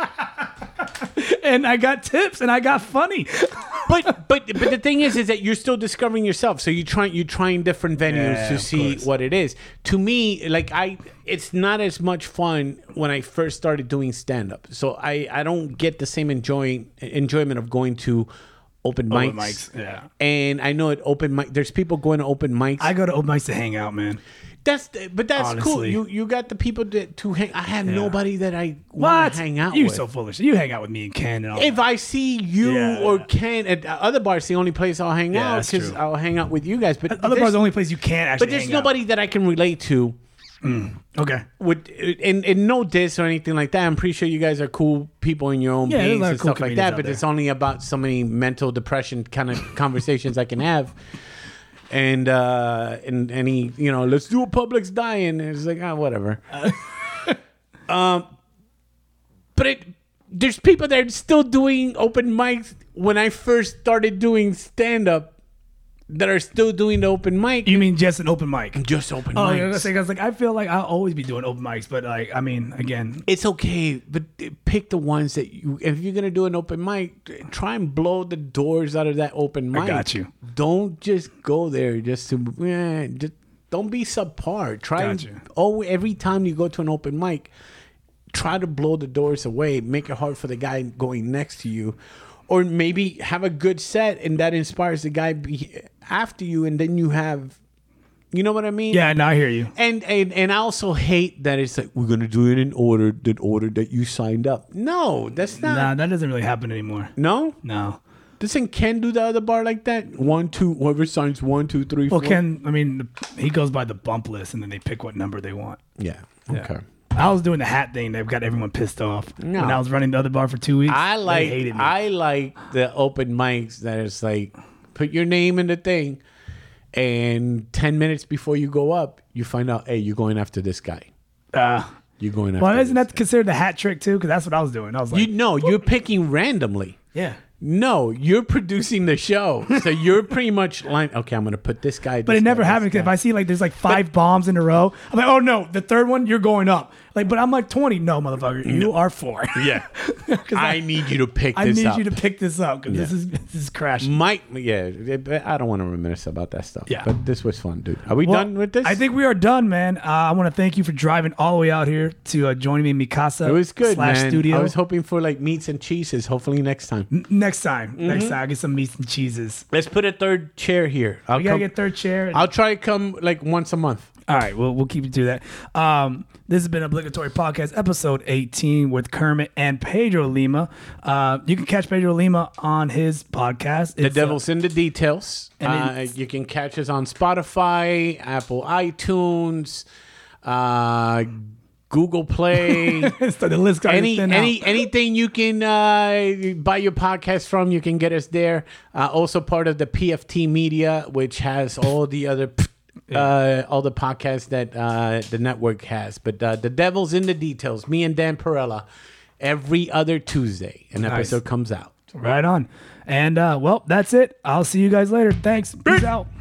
Speaker 1: and I got tips and I got funny.
Speaker 2: but but but the thing is is that you're still discovering yourself so you try you trying different venues
Speaker 1: Yeah,
Speaker 2: to
Speaker 1: of
Speaker 2: see
Speaker 1: course.
Speaker 2: what it is to me like i it's not as much fun when i first started doing stand up so i i don't get the same enjoying enjoyment of going to open mics.
Speaker 1: Open mics, yeah.
Speaker 2: And I know at open mic, there's people going to open mics.
Speaker 1: I go to open mics to hang out, man.
Speaker 2: that's but that's cool.
Speaker 1: Honestly.
Speaker 2: You you got the people to, to hang. I have nobody that I
Speaker 1: What?
Speaker 2: want to hang out
Speaker 1: you
Speaker 2: with.
Speaker 1: so foolish. You hang out with me and Ken and all.
Speaker 2: if I see you
Speaker 1: Yeah.
Speaker 2: or Ken at the other bars, the only place I'll hang
Speaker 1: Yeah,
Speaker 2: out
Speaker 1: that's
Speaker 2: because
Speaker 1: true.
Speaker 2: I'll hang out with you guys. But
Speaker 1: that. other
Speaker 2: there's-
Speaker 1: bars, the only place you can't actually.
Speaker 2: but there's
Speaker 1: hang out.
Speaker 2: nobody that I can relate to
Speaker 1: Okay.
Speaker 2: with and, and no diss or anything like that. I'm pretty sure you guys are cool people in your own
Speaker 1: Yeah, there's a
Speaker 2: beings
Speaker 1: lot of
Speaker 2: and
Speaker 1: cool
Speaker 2: stuff like
Speaker 1: comedians
Speaker 2: that.
Speaker 1: out
Speaker 2: But
Speaker 1: there.
Speaker 2: it's only about so many mental depression kind of conversations I can have. And uh and and he, you know, let's do a Publix dying. And it's like, ah, whatever.
Speaker 1: Uh,
Speaker 2: um But it there's people that are still doing open mics when I first started doing stand up that are still doing the open mic.
Speaker 1: You mean just an open mic?
Speaker 2: just open
Speaker 1: Oh,
Speaker 2: mics.
Speaker 1: yeah, that's like, I was like, I feel like I'll always be doing open mics, but like, I mean, again,
Speaker 2: it's okay, but pick the ones that you. If you're gonna do an open mic, try and blow the doors out of that open mic.
Speaker 1: got you.
Speaker 2: Don't just go there just to. eh, just don't be subpar. Try
Speaker 1: Got you.
Speaker 2: and, oh every time you go to an open mic, try to blow the doors away. Make it hard for the guy going next to you, or maybe have a good set and that inspires the guy be, after you, and then you have. You know what I mean?
Speaker 1: yeah, no, I hear you.
Speaker 2: And, and and I also hate that it's like we're gonna do it in order the order that you signed up. No, that's not.
Speaker 1: Nah, that doesn't really happen anymore.
Speaker 2: No,
Speaker 1: No.
Speaker 2: doesn't Ken do the other bar like that? One, two, whoever signs one, two, three,
Speaker 1: Well,
Speaker 2: four.
Speaker 1: Ken, I mean, he goes by the bump list, and then they pick what number they want.
Speaker 2: Yeah. Okay.
Speaker 1: I was doing the hat thing that got everyone pissed off.
Speaker 2: No.
Speaker 1: When I was running the other bar for two weeks,
Speaker 2: I
Speaker 1: they
Speaker 2: like
Speaker 1: hated me.
Speaker 2: I like the open mics that it's like put your name in the thing, and ten minutes before you go up, you find out hey you're going after this guy.
Speaker 1: uh,
Speaker 2: You're going after.
Speaker 1: well, isn't
Speaker 2: this.
Speaker 1: that considered the hat trick too? Because that's what I was doing. I was like,
Speaker 2: you know you're picking randomly.
Speaker 1: yeah.
Speaker 2: No, you're producing the show, so you're pretty much like, okay, I'm gonna put this guy.
Speaker 1: But it never happened because if I see like there's like five bombs in a row, I'm like, oh no, the third one you're going up. Like, but I'm like 20. No, motherfucker, you are four.
Speaker 2: yeah,
Speaker 1: 'Cause
Speaker 2: I need you to pick
Speaker 1: I
Speaker 2: this
Speaker 1: need
Speaker 2: up.
Speaker 1: you to pick this up because this is this is crashing.
Speaker 2: Mike, yeah, it- but I don't want to reminisce about that stuff.
Speaker 1: Yeah.
Speaker 2: but this was fun, dude. Are we
Speaker 1: Well,
Speaker 2: done with this?
Speaker 1: I think we are done, man. Uh, I want to thank you for driving all the way out here to uh, join me in Mikasa.
Speaker 2: it was good,
Speaker 1: slash
Speaker 2: man.
Speaker 1: Studio.
Speaker 2: I was hoping for like meats and cheeses. Hopefully next time.
Speaker 1: next time,
Speaker 2: Mm-hmm.
Speaker 1: next time, I get some meats and cheeses.
Speaker 2: Let's put a third chair here. I'll
Speaker 1: We gotta
Speaker 2: come,
Speaker 1: get third chair.
Speaker 2: I'll try to come like once a month.
Speaker 1: All right, we'll we'll keep it to that. Um, this has been obligatory podcast episode eighteen with Kermit and Pedro Lima. Uh, you can catch Pedro Lima on his podcast. uh,
Speaker 2: The Devil's in the Details.
Speaker 1: And
Speaker 2: Uh, you can catch us on Spotify, Apple iTunes, uh, Google Play.
Speaker 1: so the list got
Speaker 2: any any anything you can uh, buy your podcast from, you can get us there. Uh, also part of the PFT Media, which has all the other. Uh, all the podcasts that uh, the network has, but uh, the devil's in the details. Me and Dan Perella, every other Tuesday, an episode comes out.
Speaker 1: right on. And uh, well, that's it. I'll see you guys later. Thanks. Peace out.